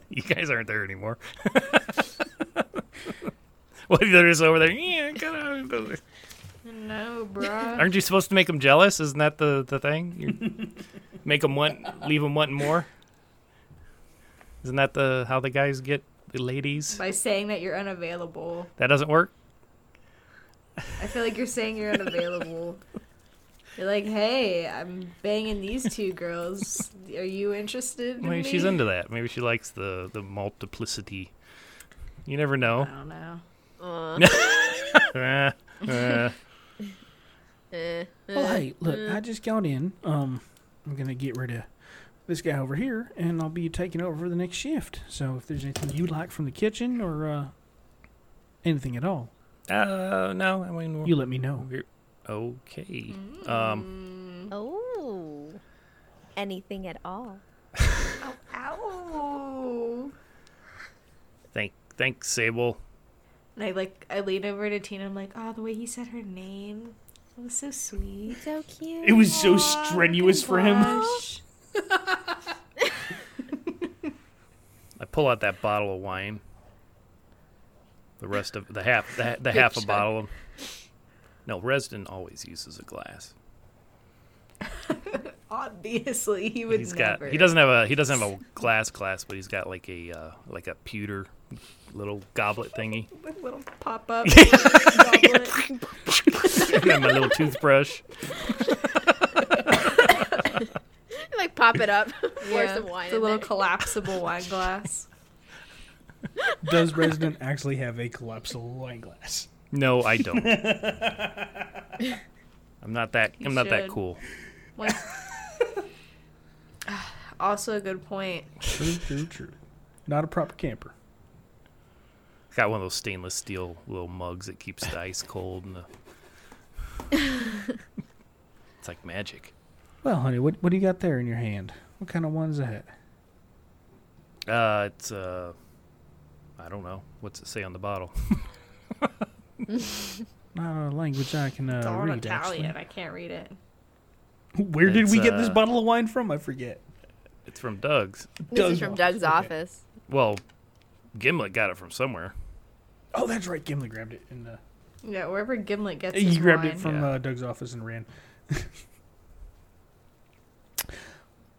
Speaker 2: You guys aren't there anymore. well, they're just over there. Yeah, get out."
Speaker 3: No, bruh.
Speaker 2: Aren't you supposed to make them jealous? Isn't that the, the thing? You make them want, leave them wanting more. Isn't that the how the guys get the ladies?
Speaker 3: By saying that you're unavailable.
Speaker 2: That doesn't work.
Speaker 3: I feel like you're saying you're unavailable. You're like, hey, I'm banging these two girls. Are you interested? In
Speaker 2: Maybe
Speaker 3: me?
Speaker 2: she's into that. Maybe she likes the the multiplicity. You never
Speaker 3: I
Speaker 2: know.
Speaker 3: don't know.
Speaker 4: Uh,
Speaker 2: Eh, eh.
Speaker 4: eh,
Speaker 5: Well, hey, look, I just got in. Um, I'm gonna get rid of this guy over here, and I'll be taking over for the next shift. So if there's anything you like from the kitchen or uh, anything at all,
Speaker 2: Uh, no, I mean
Speaker 5: you let me know.
Speaker 2: we're- okay. Um,
Speaker 4: oh, anything at all?
Speaker 3: Ow.
Speaker 2: thank thanks Sable.
Speaker 3: And I like, I lean over to Tina. I'm like, oh, the way he said her name, it was so sweet.
Speaker 4: So cute.
Speaker 5: It was so strenuous for him.
Speaker 3: Gosh.
Speaker 2: I pull out that bottle of wine. The rest of the half the, the half a
Speaker 3: shot.
Speaker 2: bottle. No, Resden always uses a glass.
Speaker 3: Obviously, he would
Speaker 2: He's
Speaker 3: never.
Speaker 2: got he doesn't have a he doesn't have a glass glass, but he's got like a uh, like a pewter little goblet thingy.
Speaker 3: With little pop up. goblet.
Speaker 2: Got my little toothbrush.
Speaker 4: like pop it up. Pour
Speaker 3: Yeah,
Speaker 4: some wine.
Speaker 3: It's a
Speaker 4: in
Speaker 3: little
Speaker 4: there.
Speaker 3: collapsible wine glass.
Speaker 5: Does Resident actually have a collapsible wine glass?
Speaker 2: No, I don't. I'm not that I'm not that
Speaker 3: should.
Speaker 2: cool.
Speaker 3: What- also a good point.
Speaker 5: True, true, true. Not a proper camper.
Speaker 2: Got one of those stainless steel little mugs that keeps the ice cold and the It's like magic.
Speaker 5: Well, honey, what what do you got there in your hand? What kind of one's that?
Speaker 2: Uh it's uh I don't know. What's it say on the bottle?
Speaker 5: Not a language I can uh,
Speaker 3: It's all in
Speaker 5: read.
Speaker 3: Italian.
Speaker 5: Actually,
Speaker 3: I can't read it.
Speaker 5: where did we
Speaker 2: It's,
Speaker 5: get this
Speaker 2: uh,
Speaker 5: bottle of wine from? I forget.
Speaker 2: It's from Doug's.
Speaker 4: This is from Doug's
Speaker 5: Okay.
Speaker 4: office.
Speaker 2: Well, Gimlet got it from somewhere.
Speaker 5: Oh, that's right. Gimli grabbed it, and uh,
Speaker 3: Yeah, wherever Gimlet gets his
Speaker 5: he grabbed
Speaker 3: wine.
Speaker 5: it from
Speaker 2: Yeah.
Speaker 5: uh, Doug's office and ran.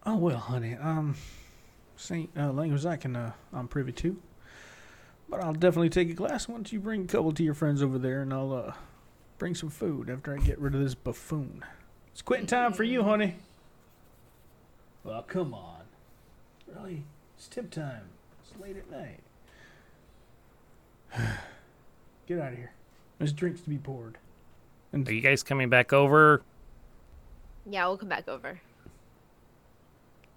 Speaker 5: oh well, honey. Um, Saint uh, language I can uh, I'm privy to, but I'll definitely take a glass once you bring a couple to your friends over there, and I'll uh, bring some food after I get rid of this buffoon. It's quitting time for you, honey. Well, come on. Really, it's tip time. It's late at night. Get out of here. There's drinks to be poured.
Speaker 2: Are you guys coming back over?
Speaker 4: Yeah, we'll come back over.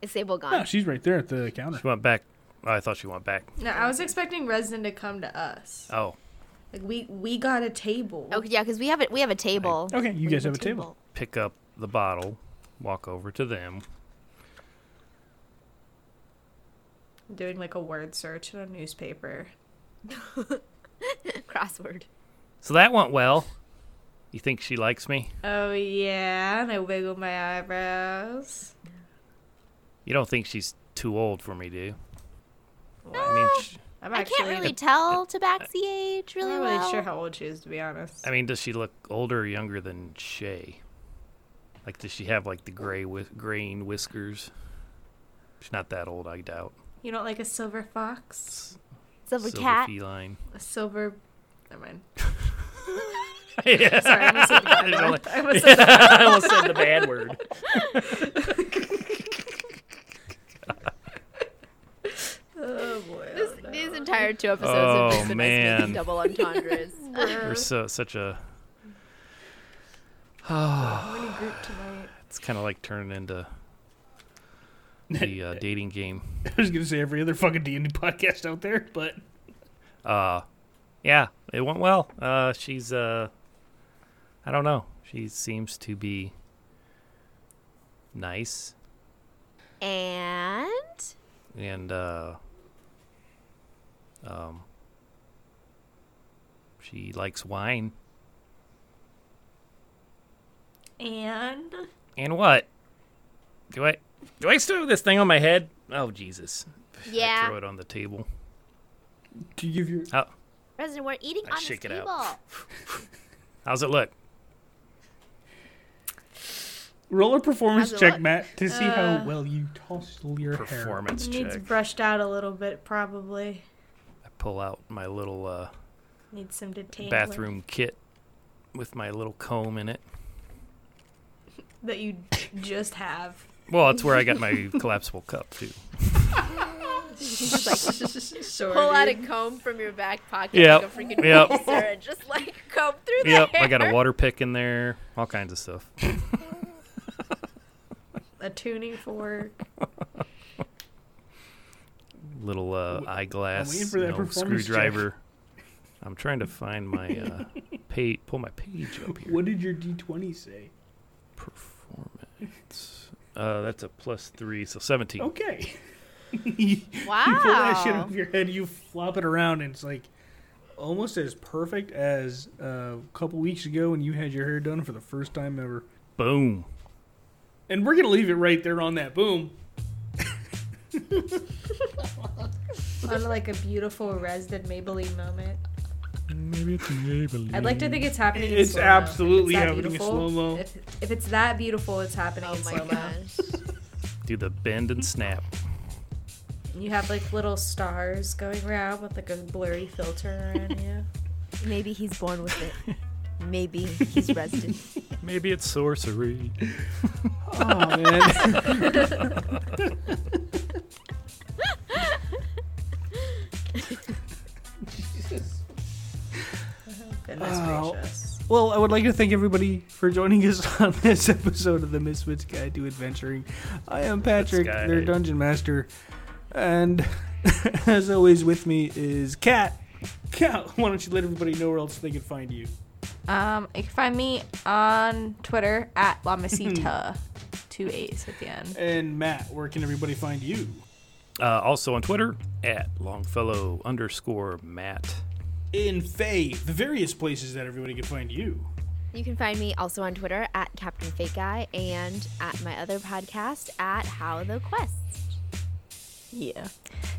Speaker 4: Is Sable gone?
Speaker 2: Ah,
Speaker 5: No, she's right there at the counter.
Speaker 2: She went back. Oh, I thought she went back.
Speaker 3: No, I was expecting Resin to come to us.
Speaker 2: Oh,
Speaker 3: Like we we got a table.
Speaker 4: Oh yeah, because we have a we have a table.
Speaker 5: Okay, you
Speaker 4: We
Speaker 5: guys have a table.
Speaker 2: pick up the bottle, walk over to them.
Speaker 3: I'm doing like a word search in a newspaper.
Speaker 4: Crossword.
Speaker 2: So that went well. You think she likes me?
Speaker 3: Oh yeah, and I wiggle my eyebrows.
Speaker 2: You don't think she's too old for me, do you? I mean, sh-
Speaker 3: I'm
Speaker 4: I
Speaker 3: actually
Speaker 4: can't really tell Tabaxi age
Speaker 3: I'm
Speaker 4: really
Speaker 3: not really
Speaker 4: well.
Speaker 3: sure how old she is to be honest.
Speaker 2: I mean, does she look older or younger than Shay? Like, does she have like the gray with graying whiskers? She's not that old, I doubt.
Speaker 3: You don't like a silver fox?
Speaker 2: S-
Speaker 4: Silver, cat.
Speaker 2: feline.
Speaker 3: A silver never mind.
Speaker 2: yeah,
Speaker 3: Sorry, I almost said the
Speaker 2: There's
Speaker 3: bad
Speaker 2: only-
Speaker 3: word. I almost said the-
Speaker 2: I almost said the bad word.
Speaker 3: Oh boy.
Speaker 4: This,
Speaker 3: oh, no.
Speaker 4: These entire two episodes
Speaker 2: Oh,
Speaker 4: have just been us
Speaker 2: man.
Speaker 4: making double entendres.
Speaker 3: Uh-huh.
Speaker 2: We're so such a.
Speaker 3: I'm gonna group tonight.
Speaker 2: It's kind of like turning into the uh, dating game.
Speaker 5: I was gonna say every other fucking D and D podcast out there, but
Speaker 2: Uh, yeah, it went well. Uh, she's uh, I don't know. She seems to be nice
Speaker 4: and
Speaker 2: and uh, um, she likes wine.
Speaker 3: And
Speaker 2: And what? Do I do I still have this thing on my head? Oh Jesus! I
Speaker 4: yeah,
Speaker 2: throw it on the table.
Speaker 5: to give your
Speaker 2: How
Speaker 4: Resident, we're eating
Speaker 2: I
Speaker 4: on
Speaker 2: shake
Speaker 4: this
Speaker 2: it out.
Speaker 4: table.
Speaker 2: How's it look?
Speaker 5: Roll a performance
Speaker 4: How's it
Speaker 5: check,
Speaker 4: look?
Speaker 5: Matt, to see
Speaker 6: Uh,
Speaker 5: how well you toss your hair.
Speaker 2: Performance
Speaker 6: Needs
Speaker 2: check.
Speaker 6: brushed out a little bit, probably.
Speaker 2: I pull out my little uh,
Speaker 6: Needs some detangling.
Speaker 2: bathroom kit with my little comb in it.
Speaker 6: that you just have.
Speaker 2: Well, that's where I got my collapsible cup too.
Speaker 4: Just like
Speaker 6: Sorry.
Speaker 4: pull out a comb from your back pocket
Speaker 2: Yep,
Speaker 4: like a freaking
Speaker 2: yep.
Speaker 4: razor and just like comb through
Speaker 2: Yep,
Speaker 4: the
Speaker 2: I got a
Speaker 4: hair.
Speaker 2: water pick in there, all kinds of stuff.
Speaker 6: a tuning fork.
Speaker 2: Little uh, eyeglass,
Speaker 5: waiting for
Speaker 2: you
Speaker 5: that
Speaker 2: know,
Speaker 5: performance check.
Speaker 2: screwdriver. I'm trying to find my uh, page. Pull my page up here.
Speaker 5: What did your D20 say?
Speaker 2: Performance. Uh, that's a plus three, so 17.
Speaker 5: Okay. you
Speaker 4: Wow.
Speaker 5: pull that
Speaker 4: Oh.
Speaker 5: shit off your head, you flop it around, and it's like almost as perfect as uh, a couple weeks ago when you had your hair done for the first time ever.
Speaker 2: Boom.
Speaker 5: And we're going to leave it right there on that. Boom.
Speaker 6: on like a beautiful Resident Maybelline moment. I'd like to think it's happening. In
Speaker 5: It's
Speaker 6: slow-mo.
Speaker 5: absolutely
Speaker 6: If that
Speaker 5: happening in
Speaker 6: beautiful-
Speaker 5: slow-mo.
Speaker 6: If, if it's that beautiful, it's happening
Speaker 4: Oh
Speaker 6: in
Speaker 4: my
Speaker 6: slow mo.
Speaker 4: gosh.
Speaker 2: Do the bend and snap.
Speaker 6: You have like little stars going around with like a blurry filter around you.
Speaker 4: Maybe he's born with it. Maybe he's resident.
Speaker 2: Maybe it's sorcery.
Speaker 5: Oh, man.
Speaker 6: Goodness
Speaker 5: Wow.
Speaker 6: gracious.
Speaker 5: Well, I would like to thank everybody for joining us on this episode of the Misfits Guide to Adventuring. I am Patrick,
Speaker 2: Misfits Guide.
Speaker 5: their dungeon master, and as always, with me is Kat. Kat, why don't you let everybody know where else they can find you?
Speaker 6: Um, you can find me on Twitter at La Masita. uh, Two A's at the end.
Speaker 5: And Matt, where can everybody find you?
Speaker 2: Uh, also on Twitter at Longfellow underscore Matt.
Speaker 5: In Faye, the various places that everybody can find you.
Speaker 4: You can find me also on Twitter at Captain Fake Guy and at my other podcast at How the Quest.
Speaker 6: Yeah.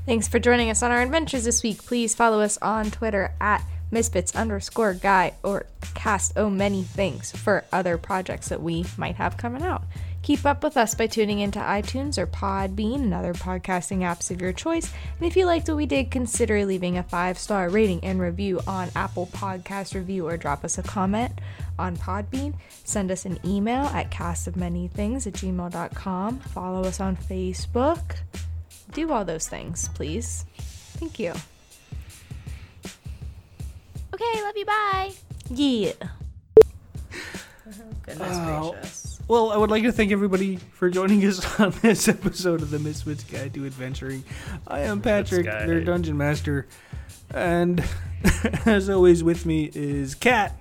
Speaker 6: Thanks for joining us on our adventures this week. Please follow us on Twitter at misfits underscore guy or cast oh many things for other projects that we might have coming out. Keep up with us by tuning into iTunes or Podbean and other podcasting apps of your choice. And if you liked what we did, consider leaving a five star rating and review on Apple Podcast Review or drop us a comment on Podbean. Send us an email at castofmanythings at gmail.com. Follow us on Facebook do all those things, please. Thank you.
Speaker 4: Okay, love you. Bye.
Speaker 6: Yeah. Goodness
Speaker 5: Oh.
Speaker 6: gracious.
Speaker 5: Well, I would like to thank everybody for joining us on this episode of the Misfits Guide to Adventuring. I am Patrick,
Speaker 2: Guide.
Speaker 5: their dungeon master, and as always, with me is Kat.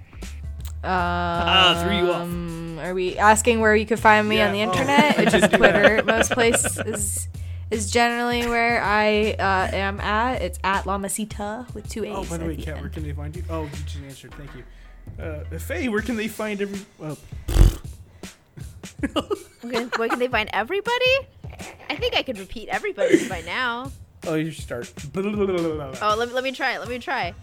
Speaker 5: Ah, threw you off.
Speaker 6: Um, are we asking where you could find me
Speaker 5: Yeah,
Speaker 6: on the
Speaker 5: oh,
Speaker 6: internet?
Speaker 5: I
Speaker 6: Which is
Speaker 5: didn't do that.
Speaker 6: Twitter. Most places is, is generally where I uh, am at. It's at Lamasita with two A's.
Speaker 5: Oh, by the
Speaker 6: at
Speaker 5: way,
Speaker 6: the
Speaker 5: Kat, where
Speaker 6: end.
Speaker 5: can they find you? Oh, you just answered. Thank you. Uh, Faye, where can they find every? Uh,
Speaker 4: Okay, Where can they find everybody? I think I could repeat everybody by now.
Speaker 5: oh, you start.
Speaker 4: Oh, let me, let me try. Let me try.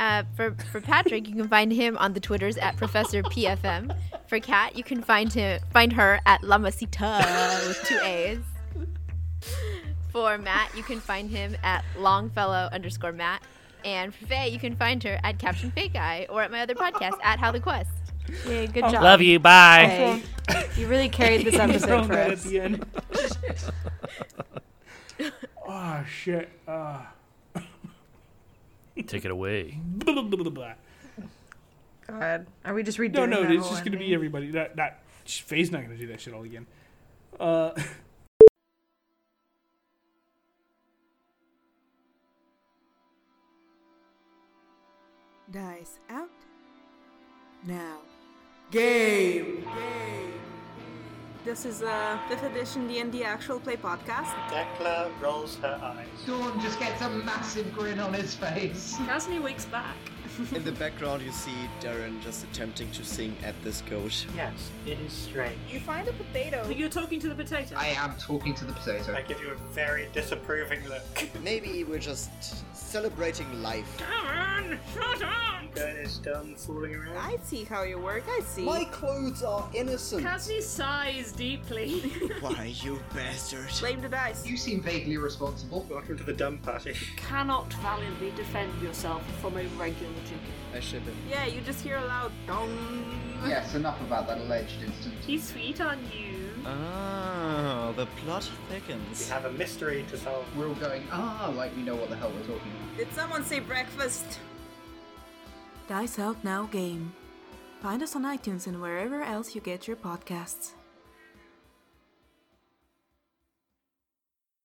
Speaker 4: Uh, for, for Patrick, you can find him on the Twitters at Professor PFM. For Kat, you can find him find her at Lamasita with two A's. For Matt, you can find him at Longfellow underscore Matt. And for Faye, you can find her at Caption Fake Eye or at my other podcast at How the Quest.
Speaker 6: Yeah,
Speaker 5: Oh,
Speaker 6: good job.
Speaker 2: Love you. Bye.
Speaker 6: Hey, you really carried this episode
Speaker 5: Thrown
Speaker 6: for
Speaker 5: that at
Speaker 6: us.
Speaker 5: the end. oh shit. Uh,
Speaker 2: Take it away.
Speaker 5: blah, blah, blah, blah, blah.
Speaker 6: God, are we just redoing?
Speaker 5: No, no,
Speaker 6: that
Speaker 5: it's
Speaker 6: whole
Speaker 5: just gonna
Speaker 6: ending?
Speaker 5: be everybody. Not, not Faye's not gonna do that shit all again. Uh.
Speaker 7: Dice out. Now. Game.
Speaker 3: This is a fifth edition D&D actual play podcast.
Speaker 1: Decla rolls her eyes.
Speaker 8: Dawn just gets a massive grin on his face.
Speaker 3: Kasni wakes back.
Speaker 9: In the background, you see Darren just attempting to sing at this goat.
Speaker 1: Yes, it is strange.
Speaker 4: You find a potato.
Speaker 3: You're talking to the potato.
Speaker 8: I am talking to the potato.
Speaker 1: I give you a very disapproving look.
Speaker 9: Maybe we're just celebrating life.
Speaker 10: on! Shut up!
Speaker 1: That is done fooling around.
Speaker 10: I see how you work. I see.
Speaker 7: My clothes are innocent.
Speaker 3: Cassie sighs deeply.
Speaker 7: Why, you bastard.
Speaker 10: Blame the dice.
Speaker 9: You seem vaguely responsible.
Speaker 1: Welcome to the dumb party.
Speaker 3: Cannot validly defend yourself from a regular chicken.
Speaker 7: I should have.
Speaker 10: Yeah, you just hear a loud dong.
Speaker 9: Yes, enough about that alleged incident.
Speaker 3: He's sweet on you.
Speaker 7: Oh, the plot
Speaker 1: We
Speaker 7: thickens.
Speaker 1: have a mystery to solve.
Speaker 9: We're all going, ah, like we know what the hell we're talking about.
Speaker 10: Did someone say breakfast?
Speaker 4: Dice Out Now Game. Find us on iTunes and wherever else you get your podcasts.